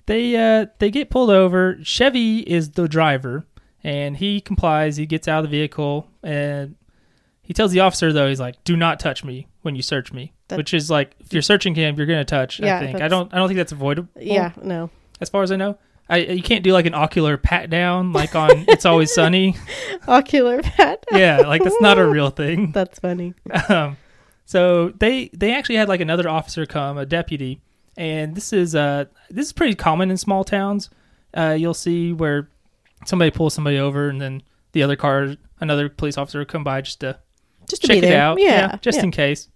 Speaker 2: they uh they get pulled over. Chevy is the driver and he complies, he gets out of the vehicle and he tells the officer though, he's like, Do not touch me when you search me.
Speaker 1: That-
Speaker 2: Which is like if you're searching him, you're gonna touch,
Speaker 1: Yeah,
Speaker 2: I think. I
Speaker 1: that's-
Speaker 2: don't I don't think that's avoidable.
Speaker 1: Yeah. No.
Speaker 2: As far as I know. I, you can't do like an ocular pat down
Speaker 1: *laughs*
Speaker 2: like on It's Always Sunny.
Speaker 1: Ocular pat.
Speaker 2: yeah, like that's not a real
Speaker 1: *laughs*
Speaker 2: thing. *laughs*
Speaker 1: That's funny.
Speaker 2: Um, so they they actually had like another officer come, a deputy, and this is uh this is pretty common in small towns. Uh, you'll see where somebody pulls somebody over, and then the other car, another police officer will come by just to
Speaker 1: Just to
Speaker 2: check
Speaker 1: be
Speaker 2: it
Speaker 1: there.
Speaker 2: out.
Speaker 1: Yeah.
Speaker 2: just
Speaker 1: yeah.
Speaker 2: in case.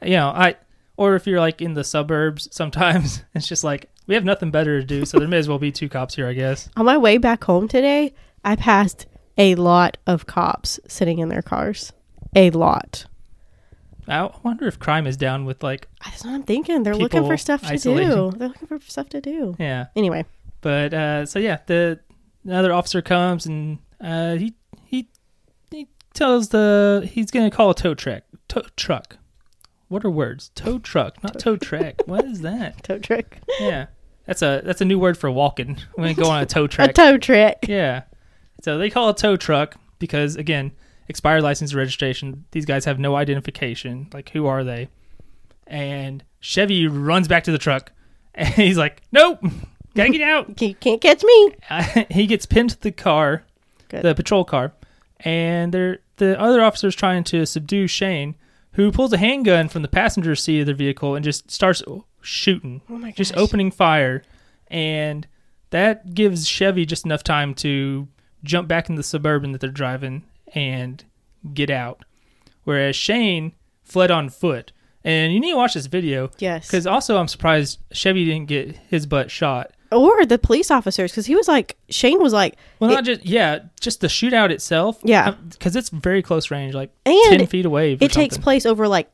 Speaker 2: You know, I or if you're like in the suburbs, *laughs* sometimes it's just like we have nothing better to do, so there may as well be two cops here, I guess.
Speaker 1: On my way back home today, I passed a lot of cops sitting in their cars. A lot.
Speaker 2: I wonder if crime is down with like
Speaker 1: That's what I'm thinking. They're looking
Speaker 2: People
Speaker 1: for stuff to
Speaker 2: isolating.
Speaker 1: do. They're looking for stuff to do.
Speaker 2: yeah.
Speaker 1: Anyway,
Speaker 2: But uh, so yeah, the another officer comes and uh, he he he tells the he's gonna call a tow truck. Tow truck. What are words? Tow truck, not tow track. what is that?
Speaker 1: tow *laughs* trick.
Speaker 2: Yeah, that's a that's a new word for walking. *laughs* We're gonna go on a tow
Speaker 1: A
Speaker 2: track.
Speaker 1: tow trick.
Speaker 2: yeah. So they call a tow truck because again, expired license registration. These guys have no identification. Like who are they? And Chevy runs back to the truck *laughs* and he's like, "Nope, *laughs* gotta get out."
Speaker 1: You can't catch me.
Speaker 2: *laughs* he gets pinned to the car,
Speaker 1: Good.
Speaker 2: the patrol car, and they're, the other officer's trying to subdue Shane, who pulls a handgun from the passenger seat of their vehicle and just starts shooting,
Speaker 1: Oh my gosh.
Speaker 2: just opening fire. And that gives Chevy just enough time to jump back in the Suburban that they're driving and get out. Whereas Shane fled on foot. And you need to watch this video
Speaker 1: Yes.
Speaker 2: because also I'm surprised Chevy didn't get his butt shot.
Speaker 1: Or the police officers, because he was like, Shane was like,
Speaker 2: Well,
Speaker 1: It-
Speaker 2: not just yeah, just the shootout itself.
Speaker 1: Yeah.
Speaker 2: because it's very close range, like
Speaker 1: And
Speaker 2: ten feet away.
Speaker 1: it takes place over like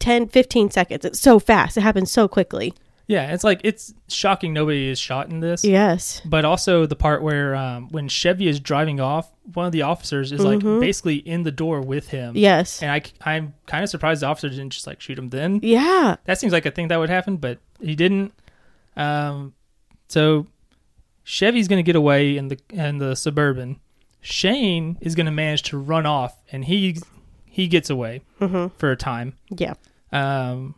Speaker 1: 10, 15 seconds. It's so fast. It happens so quickly.
Speaker 2: Yeah, it's like it's shocking nobody is shot in this.
Speaker 1: Yes.
Speaker 2: But also the part where um, when Chevy is driving off, one of the officers is like basically in the door with him.
Speaker 1: Mm-hmm. Yes.
Speaker 2: Um, And I, c- I'm kind of surprised the officer didn't just like shoot him then.
Speaker 1: Yeah.
Speaker 2: That seems like a thing that would happen, but he didn't. Um, so Chevy's going to get away in the in the suburban. Shane is going to manage to run off, and he he gets away
Speaker 1: Mm-hmm.
Speaker 2: for a time.
Speaker 1: Yeah.
Speaker 2: Um,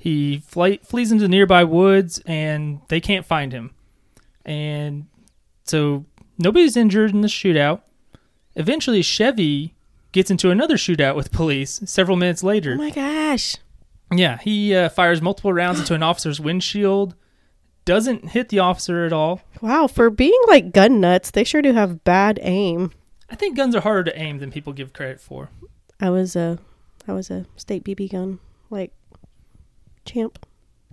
Speaker 2: he fly, flees into nearby woods, and they can't find him. And so nobody's injured in the shootout. Eventually, Chevy gets into another shootout with police several minutes later.
Speaker 1: Oh my gosh.
Speaker 2: Yeah, he uh, fires multiple rounds into an officer's windshield. Doesn't hit the officer at all.
Speaker 1: Wow. For being like gun nuts, they sure do have bad aim.
Speaker 2: I think guns are harder to aim than people give credit for.
Speaker 1: I was a, I was a state BB gun like champ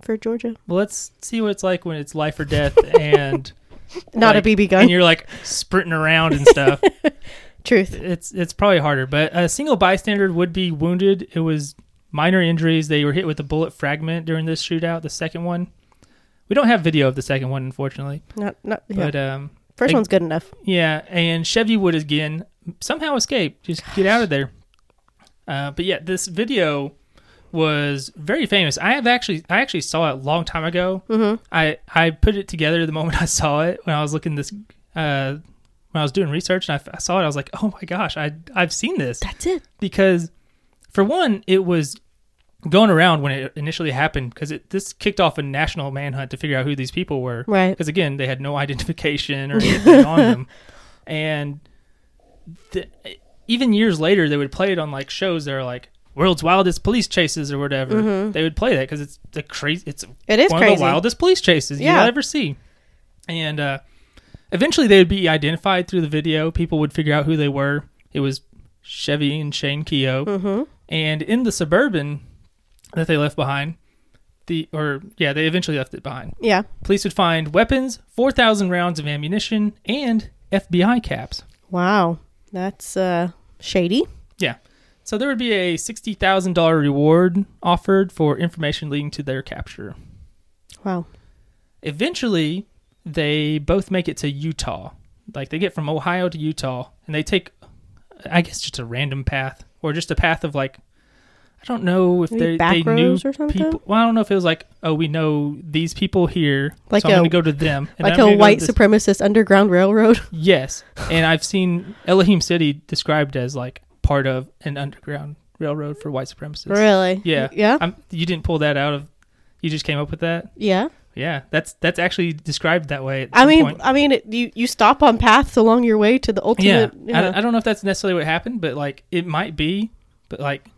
Speaker 1: for Georgia.
Speaker 2: Well, let's see what it's like when it's life or death and
Speaker 1: Not
Speaker 2: like-
Speaker 1: a BB
Speaker 2: and
Speaker 1: gun.
Speaker 2: you're like sprinting around and stuff.
Speaker 1: Truth.
Speaker 2: it's it's probably harder, but a single bystander would be wounded. It was minor injuries. They were hit with a bullet fragment during this shootout, the second one. We don't have video of the second one, unfortunately.
Speaker 1: Not not. Yeah.
Speaker 2: But um,
Speaker 1: First
Speaker 2: I-
Speaker 1: one's good enough.
Speaker 2: Yeah, and Chevy would again somehow escape, just get out of there. Uh, but yeah, this video was very famous. I have actually, I actually saw it a long time ago. Mm-hmm. I I put it together the moment *laughs* I saw it when I was looking this uh, when I was doing research and I, I saw it. I was like, oh my gosh, I I've seen this
Speaker 1: That's it.
Speaker 2: because for one, it was going around when it initially happened because it this kicked off a national manhunt to figure out who these people were
Speaker 1: Right.
Speaker 2: because again they had no *laughs*
Speaker 1: *laughs*
Speaker 2: identification or anything on them and the, even years later they would play it on like shows that are like world's wildest police chases or whatever they would play that because it's the crazy it's
Speaker 1: It is
Speaker 2: one
Speaker 1: Mm-hmm.
Speaker 2: of
Speaker 1: crazy.
Speaker 2: the wildest police chases
Speaker 1: Yeah.
Speaker 2: you'll ever see and uh eventually they would be identified through the video people would figure out who they were it was chevy and shane keogh
Speaker 1: Mm. Mm-hmm.
Speaker 2: and in the suburban that they left behind the or yeah they eventually left it behind
Speaker 1: Yeah.
Speaker 2: Police would find weapons, 4,000 rounds of ammunition, and FBI caps.
Speaker 1: Wow. That's uh shady.
Speaker 2: Yeah. So there would be a $60,000 reward offered for information leading to their capture.
Speaker 1: Wow.
Speaker 2: Eventually, they both make it to Utah. Like they get from Ohio to Utah and they take, I guess, just a random path or just a path of like, I don't know if
Speaker 1: Maybe
Speaker 2: they,
Speaker 1: back
Speaker 2: they knew
Speaker 1: roads or something?
Speaker 2: people. Well, I don't know if it was like, oh, we know these people here.
Speaker 1: Like
Speaker 2: so I'm
Speaker 1: a-
Speaker 2: going to go to them. and
Speaker 1: like
Speaker 2: I'm gonna
Speaker 1: a
Speaker 2: go to
Speaker 1: white
Speaker 2: this-
Speaker 1: supremacist underground railroad. *laughs*
Speaker 2: Yes, and I've seen Elohim City described as like part of an underground railroad for white supremacists.
Speaker 1: really?
Speaker 2: Yeah.
Speaker 1: Yeah.
Speaker 2: I'm, you didn't pull that out of. You just came up with that.
Speaker 1: yeah.
Speaker 2: Yeah, that's that's actually described that way. At
Speaker 1: I
Speaker 2: some
Speaker 1: mean,
Speaker 2: point.
Speaker 1: I mean, it, you you stop on paths along your way to the
Speaker 2: yeah,
Speaker 1: ultimate.
Speaker 2: I, I don't know if that's necessarily what happened, but like it might be. But like,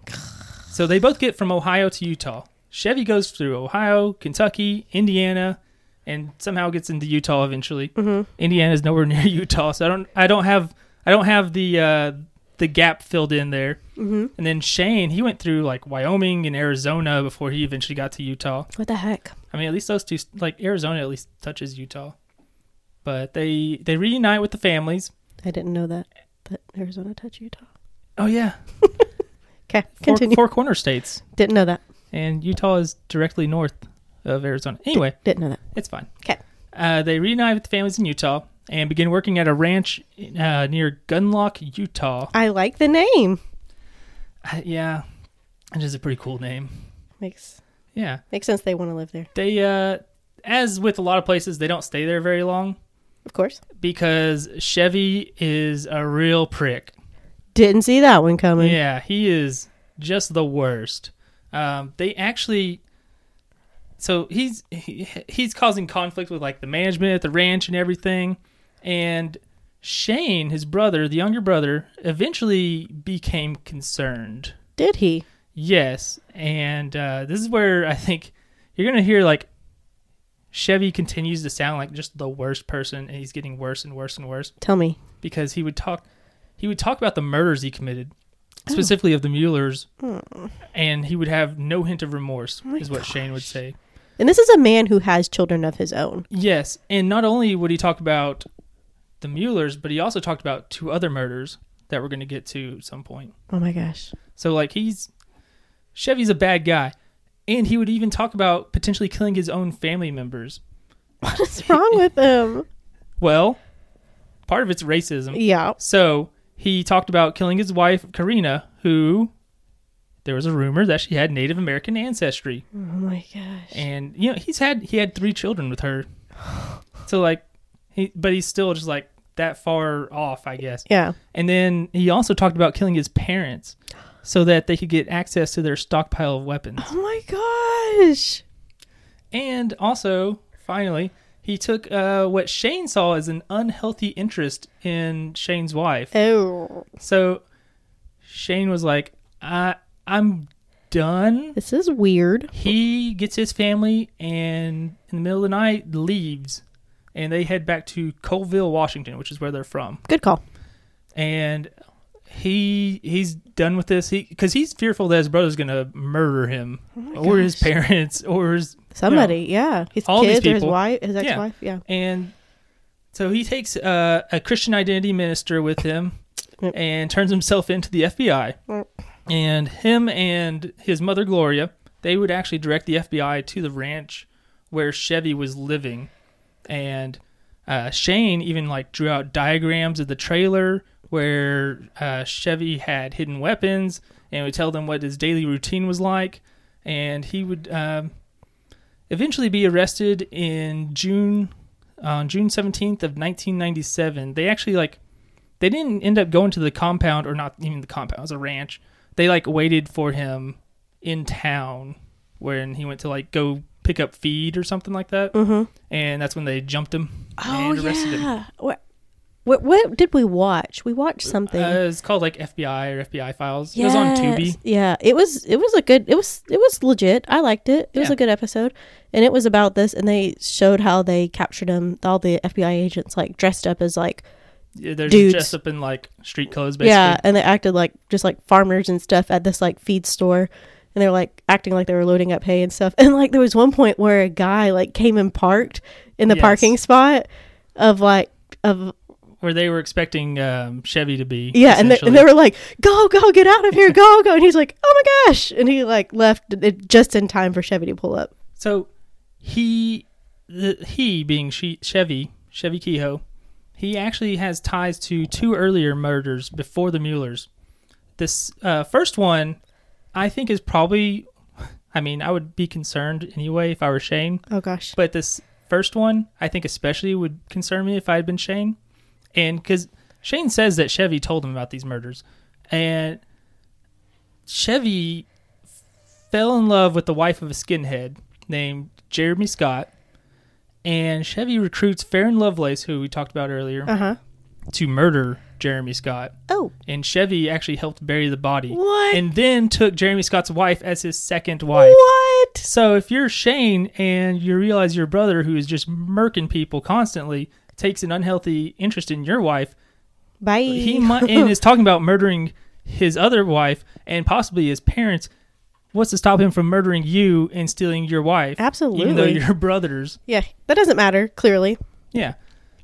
Speaker 2: so they both get from Ohio to Utah. Chevy goes through Ohio, Kentucky, Indiana, and somehow gets into Utah eventually.
Speaker 1: Mm-hmm,
Speaker 2: Indiana's nowhere *laughs* near Utah, so I don't I don't have I don't have the uh, the gap filled in there. Mm-hmm. And then Shane, he went through like Wyoming and Arizona before he eventually got to Utah.
Speaker 1: what the heck?
Speaker 2: I mean, at least those two, like Arizona, at least touches Utah. But they they reunite with the families.
Speaker 1: I didn't know that. That Arizona touch Utah.
Speaker 2: Oh yeah,
Speaker 1: Okay,
Speaker 2: four,
Speaker 1: continue.
Speaker 2: four corner states,
Speaker 1: Didn't know that.
Speaker 2: and Utah is directly north of Arizona. Anyway,
Speaker 1: Didn't know that.
Speaker 2: it's fine.
Speaker 1: 'Kay.
Speaker 2: Uh, they reunite with the families in Utah and begin working at a ranch uh, near Gunlock, Utah.
Speaker 1: I like the name.
Speaker 2: Uh, yeah, it is a pretty cool name.
Speaker 1: Makes
Speaker 2: Yeah,
Speaker 1: makes sense. They want to live there,
Speaker 2: they uh, as with a lot of places, they don't stay there very long
Speaker 1: of course.
Speaker 2: because Chevy is a real prick.
Speaker 1: Didn't see that one coming.
Speaker 2: Yeah, he is just the worst. Um, they actually, so he's he, he's causing conflict with like the management at the ranch and everything, and Shane, his brother, the younger brother, eventually became concerned.
Speaker 1: Did he?
Speaker 2: Yes, and uh, this is where I think you're gonna hear like Chevy continues to sound like just the worst person, and he's getting worse and worse and worse
Speaker 1: Tell me.
Speaker 2: because he would talk he would talk about the murders he committed specifically of the Muellers and he would have no hint of remorse is what Shane would say.
Speaker 1: And this is a man who has children of his own.
Speaker 2: Yes, and not only would he talk about the Muellers, but he also talked about two other murders that we're going to get to at some point.
Speaker 1: Oh my gosh.
Speaker 2: So like he's Chevy's a bad guy And he would even talk about potentially killing his own family members.
Speaker 1: What is wrong
Speaker 2: *laughs*
Speaker 1: with him?
Speaker 2: Well, part of it's racism.
Speaker 1: Yeah.
Speaker 2: So he talked about killing his wife, Karina, who there was a rumor that she had Native American ancestry.
Speaker 1: Oh my gosh.
Speaker 2: And you know, he's had he had three children with her. So like he but he's still just like that far off, I guess.
Speaker 1: Yeah.
Speaker 2: And then he also talked about killing his parents so that they could get access to their stockpile of weapons.
Speaker 1: Oh my gosh.
Speaker 2: And also, finally, he took uh, what Shane saw as an unhealthy interest in Shane's wife.
Speaker 1: Oh.
Speaker 2: So Shane was like, I, I'm done.
Speaker 1: This is weird.
Speaker 2: He gets his family and in the middle of the night leaves. And they head back to Colville, Washington, which is where they're from.
Speaker 1: Good call.
Speaker 2: And he he's done with this. He because he's fearful that his brother's gonna murder him, or his
Speaker 1: gosh.
Speaker 2: parents, or his
Speaker 1: Somebody, yeah. His
Speaker 2: all these
Speaker 1: kids or his
Speaker 2: people.
Speaker 1: wife, his
Speaker 2: Yeah.
Speaker 1: ex-wife, yeah.
Speaker 2: And so he takes uh, a Christian identity minister with him
Speaker 1: Yep.
Speaker 2: and turns himself into the FBI.
Speaker 1: Yep.
Speaker 2: And him and his mother, Gloria, they would actually direct the FBI to the ranch where Chevy was living. And uh, Shane even like drew out diagrams of the trailer where uh, Chevy had hidden weapons and would tell them what his daily routine was like. And he would um, eventually be arrested in June on June 17th of 1997. They actually like they didn't end up going to the compound or not even the compound, it was a ranch. They like waited for him in town when he went to like go pick up feed or something like that.
Speaker 1: Mm-hmm.
Speaker 2: And that's when they jumped him
Speaker 1: Oh,
Speaker 2: and arrested him.
Speaker 1: yeah. What, what, what did we watch? We watched something.
Speaker 2: Uh, it's called like FBI or FBI Files. It was on Tubi.
Speaker 1: Yes. Yeah, it was. It was a good. It was. It was legit. I liked it. It was
Speaker 2: Yeah.
Speaker 1: a good episode, and it was about this. And they showed how they captured him. All the FBI agents like dressed up as like
Speaker 2: Yeah, They're
Speaker 1: Dudes.
Speaker 2: dressed up in like street clothes, basically.
Speaker 1: yeah, and they acted like just like farmers and stuff at this like feed store. And they were like acting like they were loading up hay and stuff. And like there was one point where a guy like came and parked in the
Speaker 2: Yes.
Speaker 1: parking spot of like of
Speaker 2: Where they were expecting um, Chevy to be.
Speaker 1: Yeah, and they, and
Speaker 2: essentially.
Speaker 1: they were like, "Go, go, get out of here, go, go!" And he's like, "Oh my gosh!" And he like left it just in time for Chevy to pull up.
Speaker 2: So he, the, he being she, Chevy, Chevy Kehoe, he actually has ties to two earlier murders before the Muellers. This uh, first one, I think, is probably. *laughs* I mean, I would be concerned anyway if I were Shane,
Speaker 1: Oh gosh,
Speaker 2: but this first one, I think, especially would concern me if I had been Shane, and because Shane says that Chevy told him about these murders, and Chevy fell in love with the wife of a skinhead named Jeremy Scott, and Chevy recruits Farron Lovelace, who we talked about earlier,
Speaker 1: uh huh.
Speaker 2: to murder Jeremy Scott.
Speaker 1: Oh,
Speaker 2: And Chevy actually helped bury the body.
Speaker 1: What?
Speaker 2: And then took Jeremy Scott's wife as his second wife.
Speaker 1: what?
Speaker 2: So if you're Shane and you realize your brother, who is just murking people constantly, takes an unhealthy interest in your wife,
Speaker 1: Bye. *laughs*
Speaker 2: he might and is talking about murdering his other wife and possibly his parents. What's to stop him from murdering you and stealing your wife? even though
Speaker 1: Absolutely.
Speaker 2: you're *laughs* brothers.
Speaker 1: yeah, that doesn't matter. Clearly,
Speaker 2: Yeah.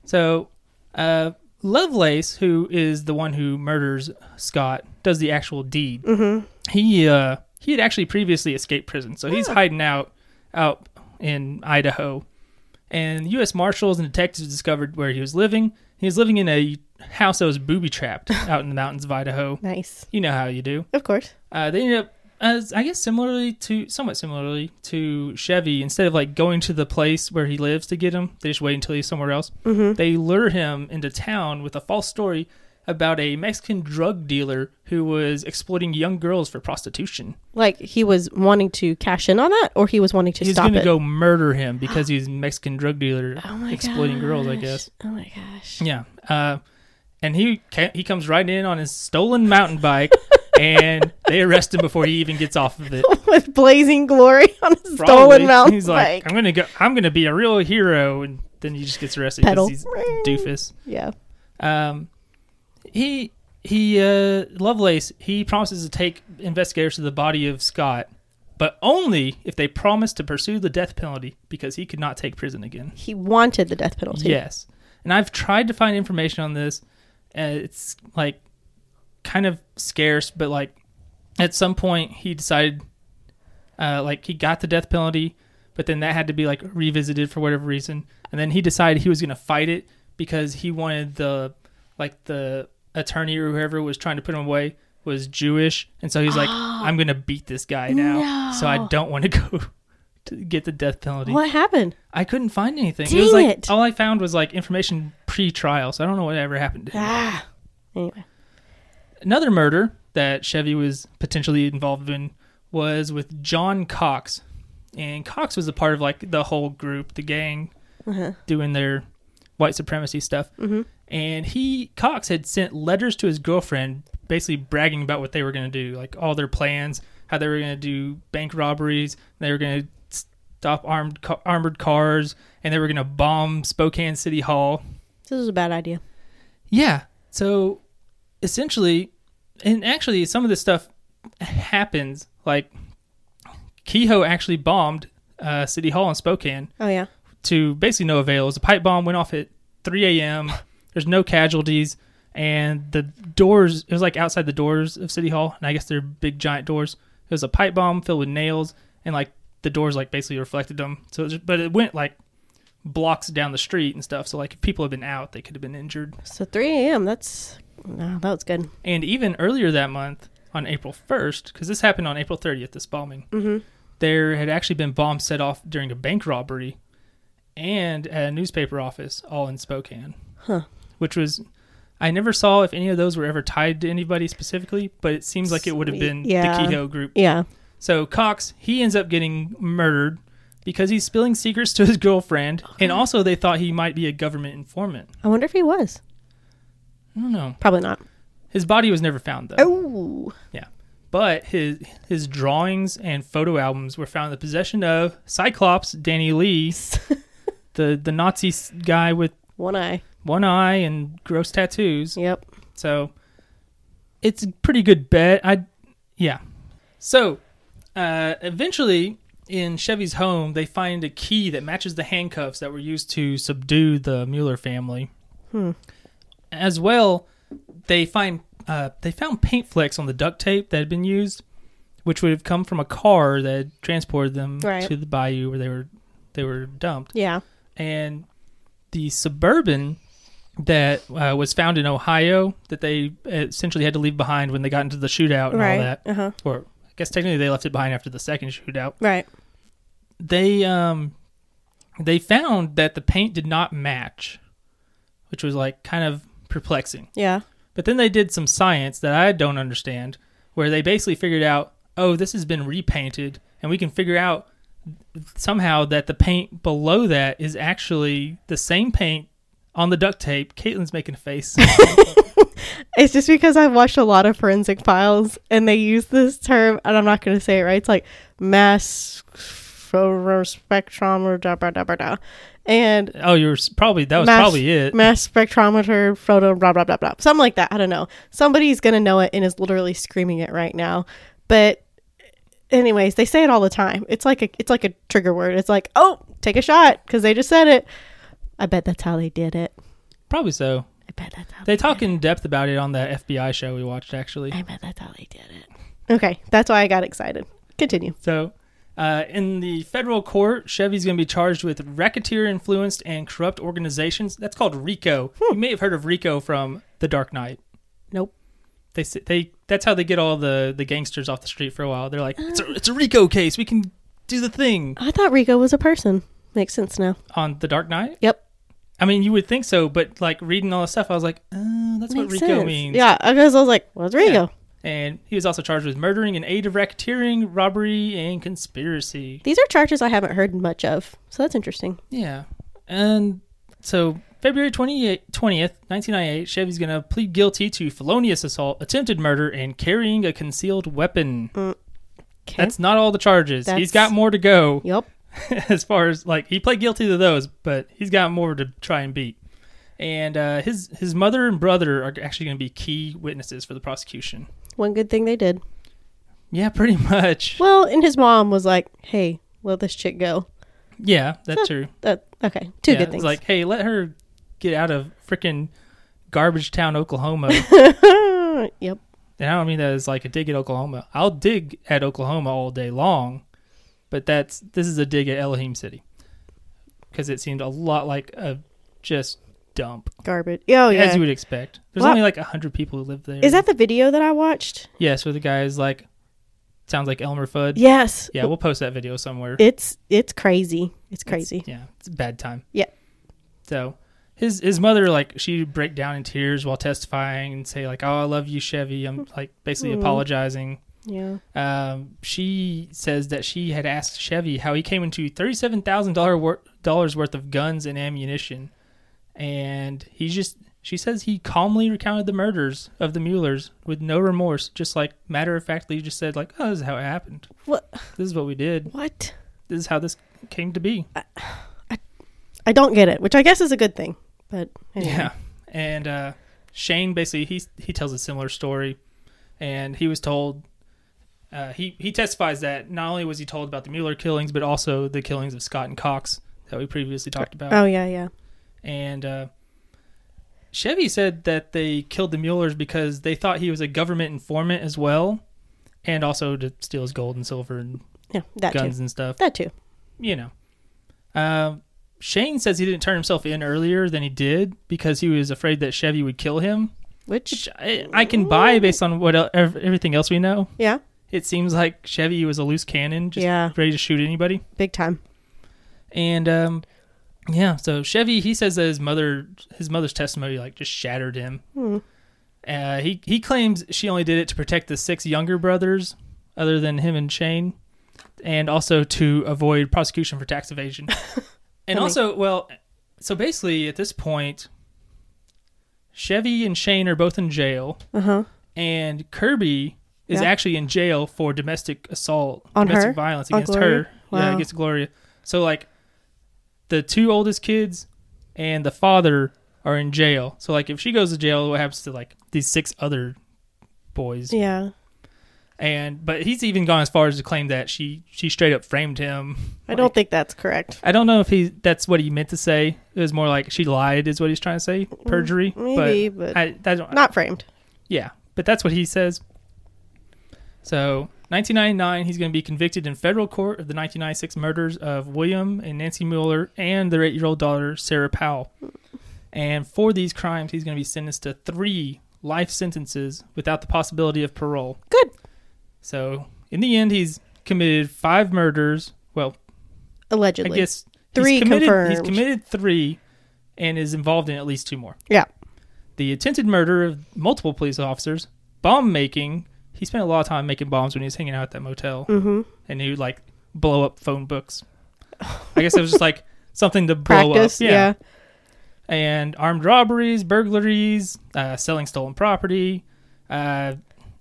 Speaker 2: So, uh, Lovelace, who is the one who murders Scott, does the actual deed. Mm-hmm. He uh, he had actually previously escaped prison, so he's hiding out out in Idaho. And U.S. Marshals and detectives discovered where he was living. He was living in a house that was booby trapped out in the mountains of Idaho.
Speaker 1: nice.
Speaker 2: You know how you do.
Speaker 1: Of course.
Speaker 2: Uh, they ended up, as I guess, similarly to somewhat similarly to Chevy. Instead of like going to the place where he lives to get him, they just wait until he's somewhere else.
Speaker 1: Mm-hmm.
Speaker 2: They lure him into town with a false story about a Mexican drug dealer who was exploiting young girls for prostitution.
Speaker 1: Like he was wanting to cash in on that, or he was wanting to
Speaker 2: he's
Speaker 1: stop
Speaker 2: gonna
Speaker 1: it.
Speaker 2: go murder him because he's a Mexican drug dealer
Speaker 1: oh my
Speaker 2: exploiting girls. I
Speaker 1: gosh.
Speaker 2: guess.
Speaker 1: Oh my gosh. *laughs*
Speaker 2: Yeah. Uh, and he ca he comes right in on his stolen
Speaker 1: *laughs*
Speaker 2: mountain bike, and they arrest him before he even gets off of it.
Speaker 1: With blazing glory on his
Speaker 2: Probably. *laughs*
Speaker 1: stolen mountain
Speaker 2: He's like,
Speaker 1: bike.
Speaker 2: I'm gonna go. I'm gonna be a real hero, and then he just gets arrested because
Speaker 1: Pedal.
Speaker 2: he's a doofus.
Speaker 1: yeah.
Speaker 2: Um, he he uh, Lovelace he promises to take investigators to the body of Scott, but only if they promise to pursue the death penalty because he could not take prison again.
Speaker 1: He wanted the death penalty.
Speaker 2: Yes, and I've tried to find information on this. Uh, it's like kind of scarce, but like at some point he decided Uh, like he got the death penalty, but then that had to be like revisited for whatever reason. And then he decided he was going to fight it because he wanted the like the attorney or whoever was trying to put him away was Jewish, and
Speaker 1: *gasps*
Speaker 2: so he's like, I'm going to beat this guy now, so I
Speaker 1: No.
Speaker 2: don't want to *laughs* go to get the death penalty.
Speaker 1: What happened?
Speaker 2: I couldn't find anything.
Speaker 1: Dang
Speaker 2: it was like
Speaker 1: it.
Speaker 2: all I found was like information pre-trial, so I don't know what ever happened. to him.
Speaker 1: Ah. Anyway.
Speaker 2: Another murder that Chevy was potentially involved in was with John Cox, and Cox was a part of like the whole group, the gang,
Speaker 1: uh-huh.
Speaker 2: doing their white supremacy stuff. Mm-hmm. And he Cox had sent letters to his girlfriend, basically bragging about what they were going to do, like all their plans, how they were going to do bank robberies, they were going to stop armed ca- armored cars, and they were going to bomb Spokane City Hall.
Speaker 1: This is a bad idea.
Speaker 2: Yeah. So essentially, and actually, some of this stuff happens. Like, Kehoe actually bombed uh, City Hall in Spokane
Speaker 1: Oh yeah.
Speaker 2: to basically no avail. It was a pipe bomb went off at 3 a.m. There's no casualties, and the doors. It was like outside the doors of City Hall, and I guess they're big giant doors. It was a pipe bomb filled with nails, and like the doors like basically reflected them. So, it was- but it went like blocks down the street and stuff. So like if people had been out, they could have been injured.
Speaker 1: So 3 a.m. That's no, that was good.
Speaker 2: And even earlier that month, on April 1st, because this happened on April 30th, this bombing,
Speaker 1: Mm-hmm.
Speaker 2: there had actually been bombs set off during a bank robbery and at a newspaper office, all in Spokane.
Speaker 1: Huh.
Speaker 2: Which was, I never saw if any of those were ever tied to anybody specifically, but it seems like it would have been
Speaker 1: Yeah.
Speaker 2: the Kehoe group.
Speaker 1: Yeah.
Speaker 2: So Cox, he ends up getting murdered because he's spilling secrets to his girlfriend, and also they thought he might be a government informant.
Speaker 1: I wonder if he was.
Speaker 2: I don't know.
Speaker 1: Probably not.
Speaker 2: His body was never found though.
Speaker 1: Oh.
Speaker 2: Yeah. But his his drawings and photo albums were found in the possession of Cyclops Danny Lee, the the Nazi s- guy with
Speaker 1: *laughs* One eye.
Speaker 2: one eye and gross tattoos.
Speaker 1: Yep.
Speaker 2: So it's a pretty good bet. I yeah. So uh, eventually in Chevy's home they find a key that matches the handcuffs that were used to subdue the Mueller family. As well, they find uh, they found paint flecks on the duct tape that had been used, which would have come from a car that had transported them
Speaker 1: Right.
Speaker 2: to the bayou where they were they were dumped
Speaker 1: Yeah.
Speaker 2: and the suburban that uh, was found in Ohio that they essentially had to leave behind when they got into the shootout and
Speaker 1: Right.
Speaker 2: all that.
Speaker 1: Uh-huh.
Speaker 2: Or I guess technically they left it behind after the second shootout.
Speaker 1: Right.
Speaker 2: They um they found that the paint did not match, which was like kind of perplexing.
Speaker 1: Yeah.
Speaker 2: But then they did some science that I don't understand, where they basically figured out, oh, this has been repainted, and we can figure out somehow that the paint below that is actually the same paint on the duct tape. Caitlin's making a face.
Speaker 1: It's just because I've watched a lot of forensic files and they use this term, and I'm not going to say it right. It's like mass spectrometer, da, da, da, da, da. and
Speaker 2: oh, you're s- probably that was
Speaker 1: mass,
Speaker 2: probably it.
Speaker 1: mass spectrometer, photo, blah, blah, blah, blah. Something like that. I don't know. Somebody's going to know it and is literally screaming it right now. But anyways, they say it all the time. It's like a, it's like a trigger word. It's like, oh, take a shot because they just said it. I bet that's how they did it.
Speaker 2: probably so.
Speaker 1: I bet that's how
Speaker 2: They talk in depth about it on the FBI show we watched actually.
Speaker 1: I bet that's how they did it. Okay, that's why I got excited. Continue.
Speaker 2: So, uh, in the federal court, Chevy's going to be charged with racketeer influenced and corrupt organizations. That's called RICO. You may have heard of RICO from The Dark Knight.
Speaker 1: Hmm. Nope.
Speaker 2: They s- they that's how they get all the the gangsters off the street for a while. They're like, it's a
Speaker 1: Ah.
Speaker 2: it's a RICO case. We can do the thing
Speaker 1: I thought Rico was a person. Makes sense now.
Speaker 2: on The Dark Knight.
Speaker 1: Yep.
Speaker 2: I mean, you would think so, but like reading all the stuff, I was like, uh, that's what
Speaker 1: Makes
Speaker 2: RICO
Speaker 1: sense.
Speaker 2: means.
Speaker 1: Yeah, because I was like, what's Rico?
Speaker 2: And he was also charged with murdering and aid of racketeering, robbery, and conspiracy.
Speaker 1: These are charges I haven't heard much of, so that's interesting.
Speaker 2: Yeah. And so February 28th, 20th, 1998, Chevy's going to plead guilty to felonious assault, attempted murder, and carrying a concealed weapon.
Speaker 1: Okay.
Speaker 2: That's not all the charges.
Speaker 1: Mm-hmm. That's-
Speaker 2: He's got more to
Speaker 1: *laughs*
Speaker 2: go *laughs*
Speaker 1: yep.
Speaker 2: as far as like he played guilty to those, but he's got more to try and beat. And uh, his his mother and brother are actually going to be key witnesses for the prosecution.
Speaker 1: One good thing they did.
Speaker 2: Yeah, pretty *laughs* much.
Speaker 1: Well, and his mom was like, hey, let this chick go.
Speaker 2: Yeah, that's true.
Speaker 1: That okay. Two
Speaker 2: yeah,
Speaker 1: good
Speaker 2: It's
Speaker 1: things.
Speaker 2: like, hey, let her get out of freaking garbage town, Oklahoma.
Speaker 1: yep. *laughs*
Speaker 2: And I don't mean that as like a dig at Oklahoma. I'll dig at Oklahoma all day long, But that's this is a dig at Elohim City because it seemed a lot like a just dump,
Speaker 1: Garbage. Oh yeah.
Speaker 2: as you would expect. There's
Speaker 1: Well-
Speaker 2: only like hundred people who live there.
Speaker 1: Is that the video that I watched?
Speaker 2: yeah? So the guy is like, sounds like Elmer Fudd.
Speaker 1: Yes.
Speaker 2: Yeah, we'll post that video somewhere.
Speaker 1: It's it's crazy. It's crazy.
Speaker 2: yeah, it's a bad time.
Speaker 1: Yeah.
Speaker 2: So his his mother like she break down in tears while testifying and say like, "Oh, I love you, Chevy." I'm like basically
Speaker 1: Mm.
Speaker 2: apologizing.
Speaker 1: yeah.
Speaker 2: Um, she says that she had asked Chevy how he came into thirty-seven thousand wor- dollars worth of guns and ammunition, and he just she says he calmly recounted the murders of the Muellers with no remorse, just like matter of factly just said like, "Oh, this is how it happened.
Speaker 1: What?
Speaker 2: This is what we did.
Speaker 1: What?
Speaker 2: This is how this came to be."
Speaker 1: I don't get it, which I guess is a good thing. But anyway.
Speaker 2: Yeah, and uh, Shane basically he he tells a similar story, and he was told. Uh, he he testifies that not only was he told about the Mueller killings, but also the killings of Scott and Cox that we previously talked about.
Speaker 1: Oh yeah, yeah.
Speaker 2: And uh, Chevy said that they killed the Muellers because they thought he was a government informant as well, and also to steal his gold and silver and
Speaker 1: Yeah. That
Speaker 2: guns
Speaker 1: too.
Speaker 2: and stuff
Speaker 1: That too.
Speaker 2: you know. Um, Shane says he didn't turn himself in earlier than he did because he was afraid that Chevy would kill him,
Speaker 1: Which
Speaker 2: which I, I can buy based on what el- ev- everything else we know.
Speaker 1: yeah,
Speaker 2: It seems like Chevy was a loose cannon, just
Speaker 1: Yeah.
Speaker 2: ready to shoot anybody.
Speaker 1: big time.
Speaker 2: And um, yeah, so Chevy he says that his mother his mother's testimony like just shattered him.
Speaker 1: Hmm.
Speaker 2: Uh, he he claims she only did it to protect the six younger brothers, other than him and Shane, and also to avoid prosecution for tax evasion. and
Speaker 1: Funny.
Speaker 2: also, well, so basically at this point, Chevy and Shane are both in jail,
Speaker 1: Uh huh.
Speaker 2: and Kirby is
Speaker 1: Yeah.
Speaker 2: actually in jail for domestic assault,
Speaker 1: On
Speaker 2: domestic
Speaker 1: her?
Speaker 2: violence
Speaker 1: On
Speaker 2: against
Speaker 1: Gloria?
Speaker 2: her. Yeah,
Speaker 1: Wow.
Speaker 2: against Gloria. So like, the two oldest kids and the father are in jail. So like, if she goes to jail, what happens to like these six other boys?
Speaker 1: Yeah.
Speaker 2: And but he's even gone as far as to claim that she she straight up framed him.
Speaker 1: I don't
Speaker 2: Like,
Speaker 1: think that's correct.
Speaker 2: I don't know if he that's what he meant to say. It was more like she lied, is what he's trying to say, perjury.
Speaker 1: Mm, Maybe,
Speaker 2: but,
Speaker 1: but,
Speaker 2: I, that don't,
Speaker 1: not framed.
Speaker 2: yeah, but that's what he says. So, 1999, he's going to be convicted in federal court of the 1996 murders of William and Nancy Mueller and their eight year old daughter, Sarah Powell. And for these crimes, he's going to be sentenced to three life sentences without the possibility of parole.
Speaker 1: Good.
Speaker 2: So, in the end, he's committed five murders. Well, I
Speaker 1: Allegedly.
Speaker 2: guess
Speaker 1: Three
Speaker 2: he's committed, He's
Speaker 1: confirmed.
Speaker 2: committed three and is involved in at least two more
Speaker 1: Yeah.
Speaker 2: the attempted murder of multiple police officers, bomb making. He spent a lot of time making bombs when he was hanging out at that motel,
Speaker 1: Mm-hmm.
Speaker 2: and he would like blow up phone books. I guess it was just like something to blow
Speaker 1: Practice.
Speaker 2: up,
Speaker 1: Yeah.
Speaker 2: And armed robberies, burglaries, uh, selling stolen property, uh,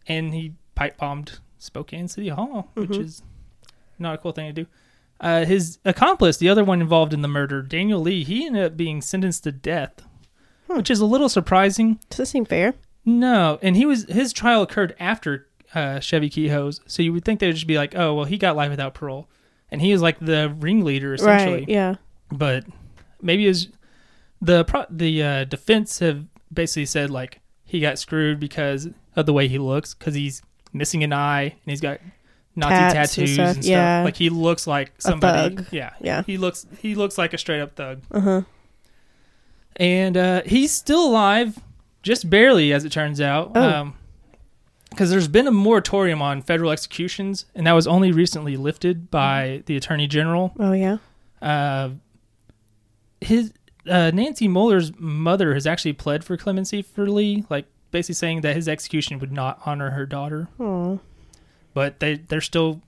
Speaker 2: and he pipe bombed Spokane City Hall, which is not a cool thing to do. Uh, his accomplice, the other one involved in the murder, Daniel Lee, he ended up being sentenced to death,
Speaker 1: Hmm.
Speaker 2: which is a little surprising.
Speaker 1: Does this seem fair?
Speaker 2: No, and he was his trial occurred after uh, Chevy Kehoe's, so you would think they'd just be like, "Oh, well, he got life without parole," and he was like the ringleader essentially.
Speaker 1: Right. Yeah.
Speaker 2: But maybe is the pro- the uh, defense have basically said like he got screwed because of the way he looks, because he's missing an eye and he's got Nazi
Speaker 1: Tats and
Speaker 2: tattoos and
Speaker 1: stuff,
Speaker 2: stuff.
Speaker 1: yeah.
Speaker 2: Like he looks like somebody.
Speaker 1: thug.
Speaker 2: Yeah,
Speaker 1: Yeah.
Speaker 2: He looks he looks like a straight up thug
Speaker 1: Uh huh.
Speaker 2: and uh, he's still alive, just barely, as it turns out.
Speaker 1: Oh.
Speaker 2: because there's been a moratorium on federal executions, and that was only recently lifted
Speaker 1: Mm-hmm.
Speaker 2: by the attorney general.
Speaker 1: Oh yeah.
Speaker 2: Uh, his uh, Nancy Mueller's mother has actually pled for clemency for Lee, like basically saying that his execution would not honor her daughter.
Speaker 1: Oh.
Speaker 2: But they they're still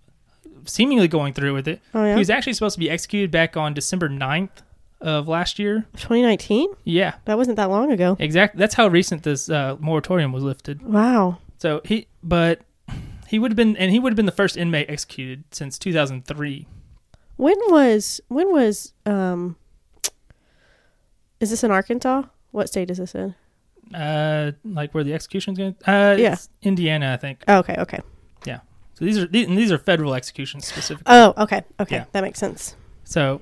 Speaker 2: seemingly going through with it.
Speaker 1: Oh yeah.
Speaker 2: He was actually supposed to be executed back on December 9th of last year.
Speaker 1: 2019.
Speaker 2: Yeah,
Speaker 1: That wasn't that long ago.
Speaker 2: Exactly. That's how recent this uh, moratorium was lifted.
Speaker 1: Wow.
Speaker 2: So he, but he would have been, and he would have been the first inmate executed since 2003.
Speaker 1: When was when was um? Is this in Arkansas? What state is this in?
Speaker 2: Uh, like where the execution's going. Uh,
Speaker 1: Yeah.
Speaker 2: it's Indiana, I think.
Speaker 1: Oh, okay. Okay.
Speaker 2: So these are these, and these are federal executions specifically.
Speaker 1: Oh, okay. Okay.
Speaker 2: Yeah.
Speaker 1: That makes sense.
Speaker 2: So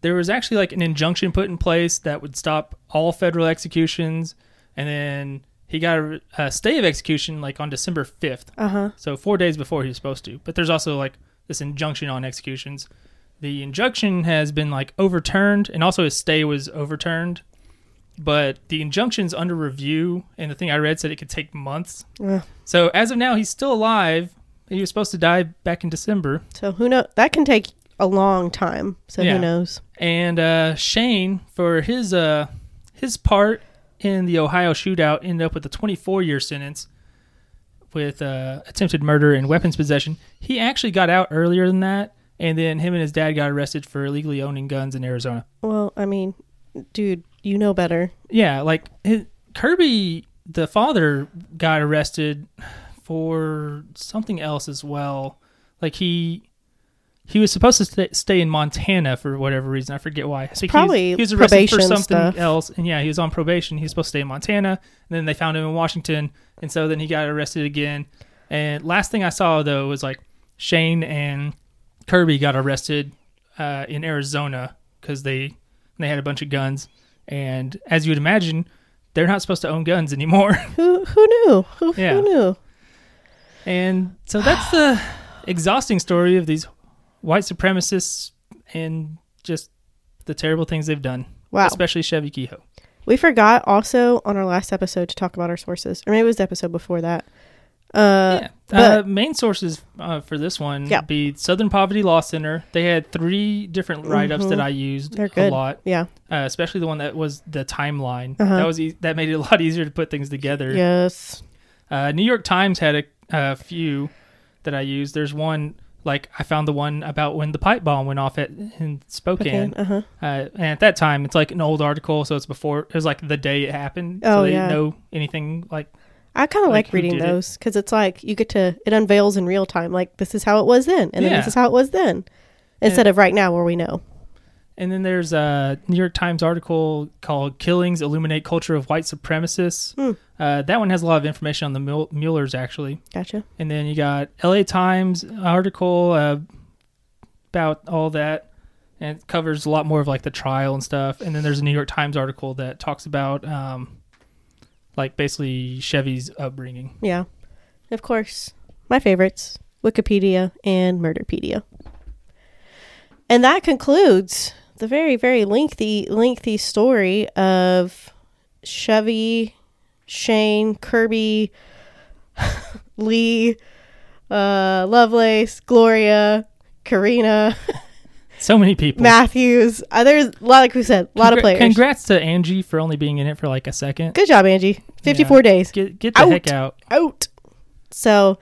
Speaker 2: there was actually like an injunction put in place that would stop all federal executions, and then he got a, a stay of execution like on December 5th.
Speaker 1: Uh huh.
Speaker 2: So four days before he was supposed to. But there's also like this injunction on executions. The injunction has been like overturned, and also his stay was overturned. But the injunction's under review, and the thing I read said it could take months.
Speaker 1: Ugh.
Speaker 2: So as of now, he's still alive. He was supposed to die back in December.
Speaker 1: So who knows? That can take a long time. So
Speaker 2: Yeah.
Speaker 1: who knows?
Speaker 2: And uh, Shane, for his uh, his part in the Ohio shootout, ended up with a 24 year sentence with uh, attempted murder and weapons possession. He actually got out earlier than that, and then him and his dad got arrested for illegally owning guns in Arizona.
Speaker 1: Well, I mean, dude, you know better.
Speaker 2: Yeah, like his, Kirby, the father, got arrested for something else as well. Like he. He was supposed to sta stay in Montana for whatever reason. I forget why. I think he was-
Speaker 1: probably
Speaker 2: he was, arrested for
Speaker 1: probation
Speaker 2: something
Speaker 1: stuff.
Speaker 2: else, and yeah, he was on probation. He was supposed to stay in Montana, and then they found him in Washington, and so then he got arrested again. And last thing I saw though was like Shane and Kirby got arrested uh, in Arizona because they they had a bunch of guns, and as you would imagine, they're not supposed to own guns *laughs* anymore.
Speaker 1: Who who knew? Who,
Speaker 2: Yeah.
Speaker 1: who knew?
Speaker 2: and so
Speaker 1: *sighs*
Speaker 2: that's the exhausting story of these white supremacists and just the terrible things they've done,
Speaker 1: Wow.
Speaker 2: especially Chevy Kehoe.
Speaker 1: We forgot also on our last episode to talk about our sources, or maybe it was the episode before that. Uh,
Speaker 2: yeah. uh,
Speaker 1: but-
Speaker 2: main sources uh, for this one
Speaker 1: Yeah.
Speaker 2: would be Southern Poverty Law Center. They had three different write ups that I used
Speaker 1: Mm-hmm. They're
Speaker 2: a
Speaker 1: good.
Speaker 2: lot,
Speaker 1: yeah.
Speaker 2: uh, especially the one that was the timeline.
Speaker 1: Uh-huh.
Speaker 2: That was e- that made it a lot *laughs* easier to put things together.
Speaker 1: Yes.
Speaker 2: Uh, New York Times had a, a few that I used. There's one like I found the one about when the pipe bomb went off at in Spokane.
Speaker 1: Uh huh.
Speaker 2: Uh, and at that time, it's like an old article, so it's before it was like the day it happened. so
Speaker 1: Oh,
Speaker 2: they
Speaker 1: yeah.
Speaker 2: didn't know anything like
Speaker 1: I kind of
Speaker 2: Like,
Speaker 1: like,
Speaker 2: who
Speaker 1: reading
Speaker 2: did it?
Speaker 1: those because it's like you get to it unveils in real time. Like this is how it was then, and then
Speaker 2: Yeah.
Speaker 1: this is how it was then, instead of right now where we know.
Speaker 2: And then there's a New York Times article called "Killings Illuminate Culture of White Supremacists."
Speaker 1: Hmm.
Speaker 2: Uh, that one has a lot of information on the Mul- Muellers, actually.
Speaker 1: Gotcha.
Speaker 2: And then you got LA Times article uh, about all that, and it covers a lot more of like the trial and stuff. And then there's a New York Times article that talks about um, like basically Chevy's upbringing.
Speaker 1: Yeah. Of course, my favorites Wikipedia and Murderpedia. And that concludes the very, very lengthy, lengthy story of Chevy, Shane, Kirby, *laughs* Lee, uh, Lovelace, Gloria, Karina,
Speaker 2: So many people.
Speaker 1: Matthews. Uh, there's a lot, like we said, a lot of
Speaker 2: Congra-
Speaker 1: players.
Speaker 2: Congrats to Angie for only being in it for like a second.
Speaker 1: Good job, Angie. 54 days.
Speaker 2: Get get the
Speaker 1: Out.
Speaker 2: heck out.
Speaker 1: out. So,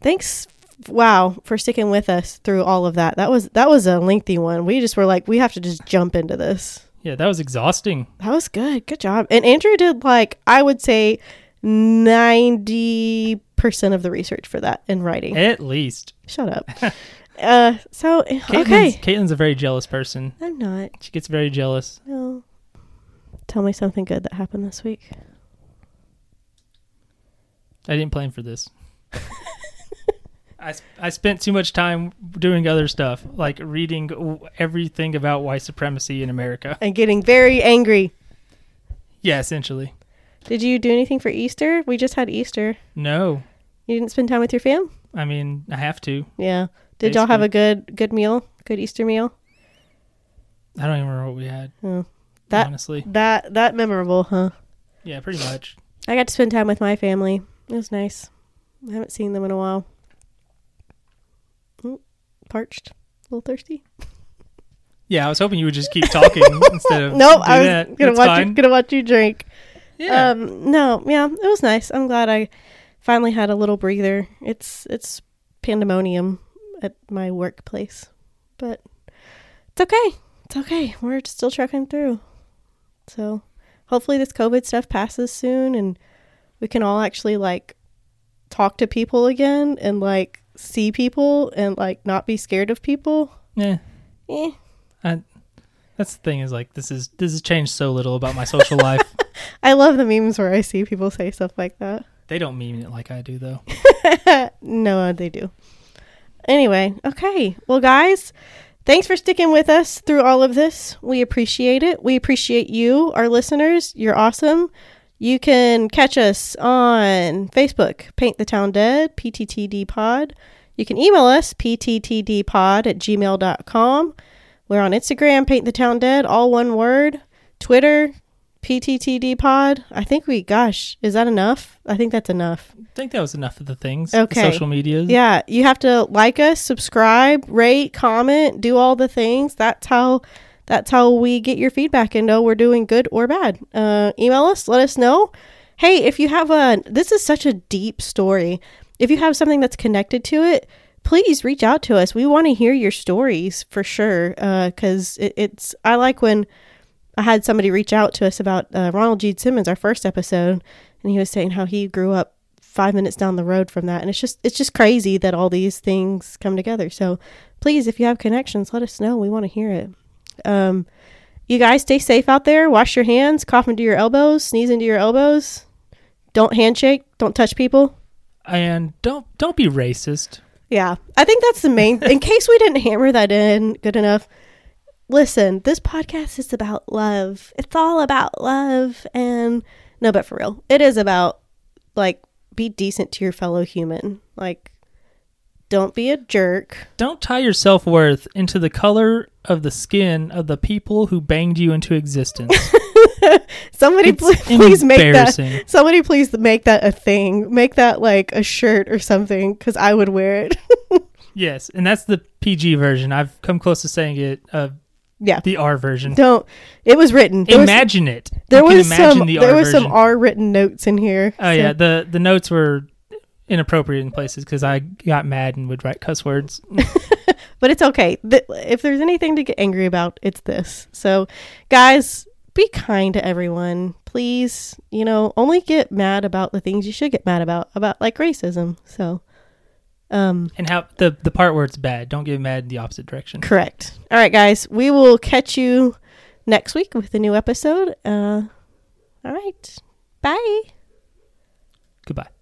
Speaker 1: thanks wow for sticking with us through all of that. That was that was a lengthy one. We just were like we have to just jump into this.
Speaker 2: Yeah, that was exhausting.
Speaker 1: That was good. Good job. And Andrew did like I would say 90% of the research for that in writing.
Speaker 2: At least.
Speaker 1: Shut up. *laughs* uh so
Speaker 2: Caitlin's,
Speaker 1: okay.
Speaker 2: Caitlin's a very jealous person.
Speaker 1: I'm not.
Speaker 2: She gets very jealous.
Speaker 1: No. Tell me something good that happened this week.
Speaker 2: I didn't plan for this. I, s- I spent too much time doing other stuff, like reading w- everything about white supremacy in America. *laughs*
Speaker 1: And getting very angry.
Speaker 2: Yeah, essentially.
Speaker 1: Did you do anything for Easter? We just had Easter.
Speaker 2: No,
Speaker 1: You didn't spend time with your fam?
Speaker 2: I mean, I have to.
Speaker 1: Yeah. Did y'all have a good good meal? Good Easter meal?
Speaker 2: I don't even remember what we had,
Speaker 1: Oh, That-
Speaker 2: honestly.
Speaker 1: that that memorable, huh?
Speaker 2: Yeah, pretty much.
Speaker 1: I got to spend time with my family. It was nice. I haven't seen them in a while. Mm, parched, a little thirsty.
Speaker 2: Yeah, I was hoping you would just keep
Speaker 1: *laughs*
Speaker 2: talking instead of
Speaker 1: No,
Speaker 2: Uh, do
Speaker 1: I was
Speaker 2: that.
Speaker 1: gonna
Speaker 2: That's
Speaker 1: watch
Speaker 2: fine.
Speaker 1: you gonna watch you drink.
Speaker 2: Yeah,
Speaker 1: Um, no, yeah, it was nice. I'm glad I finally had a little breather. It's it's pandemonium at my workplace, but it's okay. It's okay. We're still trucking through. So hopefully this COVID stuff passes soon, and we can all actually like talk to people again and like see people and like not be scared of people.
Speaker 2: yeah.
Speaker 1: Eh.
Speaker 2: That's the thing is like this is this has changed so little about my social life.
Speaker 1: *laughs* I love the memes where I see people say stuff like that.
Speaker 2: They don't mean it like I do though.
Speaker 1: *laughs* no, they do. Anyway, okay. Well, guys, thanks for sticking with us through all of this. We appreciate it. We appreciate you, our listeners. You're awesome. You can catch us on Facebook, Paint the Town Dead, PTTD Pod. You You can email us, pttdpod at gmail.com. We're on Instagram, Paint the Town Dead, all one word. Twitter, pttdpod. I think we, gosh, is that enough? I think that's enough.
Speaker 2: I think that was enough of the things.
Speaker 1: Okay.
Speaker 2: Social media.
Speaker 1: Yeah, you have to like us, subscribe, rate, comment, do all the things. That's how that's how we get your feedback and know we're doing good or bad. Uh, email us, let us know. Hey, if you have a this is such a deep story. If you have something that's connected to it, please reach out to us. We want to hear your stories for sure because it, it's I like when I had somebody reach out to us about uh, Ronald G. Simmons, our first episode, and he was saying how he grew up five minutes down the road from that, and it's just it's just crazy that all these things come together. So, please, if you have connections, let us know. We want to hear it. Um, you guys stay safe out there. Wash your hands. Cough into your elbows. Sneeze into your elbows. Don't handshake. Don't touch people.
Speaker 2: And don't don't be racist.
Speaker 1: Yeah, I think that's the main.
Speaker 2: *laughs*
Speaker 1: in case we didn't hammer that in good enough, listen. This podcast is about love. It's all about love, and no, but for real, it is about like be decent to your fellow human. Like, don't be a jerk.
Speaker 2: Don't tie your self worth into the color of the skin of the people who banged you
Speaker 1: *laughs*
Speaker 2: into existence.
Speaker 1: Somebody
Speaker 2: It's
Speaker 1: pl- *laughs* please make
Speaker 2: embarrassing.
Speaker 1: that. Somebody please make that a thing. Make that like a shirt or something because I would wear it. *laughs*
Speaker 2: yes, and that's the PG version. I've come close to saying it. Uh,
Speaker 1: yeah.
Speaker 2: the R version.
Speaker 1: Don't. It was written. There was-
Speaker 2: imagine it.
Speaker 1: there
Speaker 2: You can
Speaker 1: was
Speaker 2: imagine
Speaker 1: some
Speaker 2: the
Speaker 1: there
Speaker 2: R
Speaker 1: was some
Speaker 2: version.
Speaker 1: R written notes in here.
Speaker 2: Oh yeah, the the notes were inappropriate in places because I got mad and would write cuss words.
Speaker 1: but it's okay. Th- if there's anything to get angry about, it's this. So, guys, be kind to everyone, please. You know, only get mad about the things you should get mad about, about like racism. So, um,
Speaker 2: and how the the part where it's bad, don't get mad in the opposite direction.
Speaker 1: correct. All right, guys, we will catch you next week with a new episode. Uh, all right, bye.
Speaker 2: Goodbye.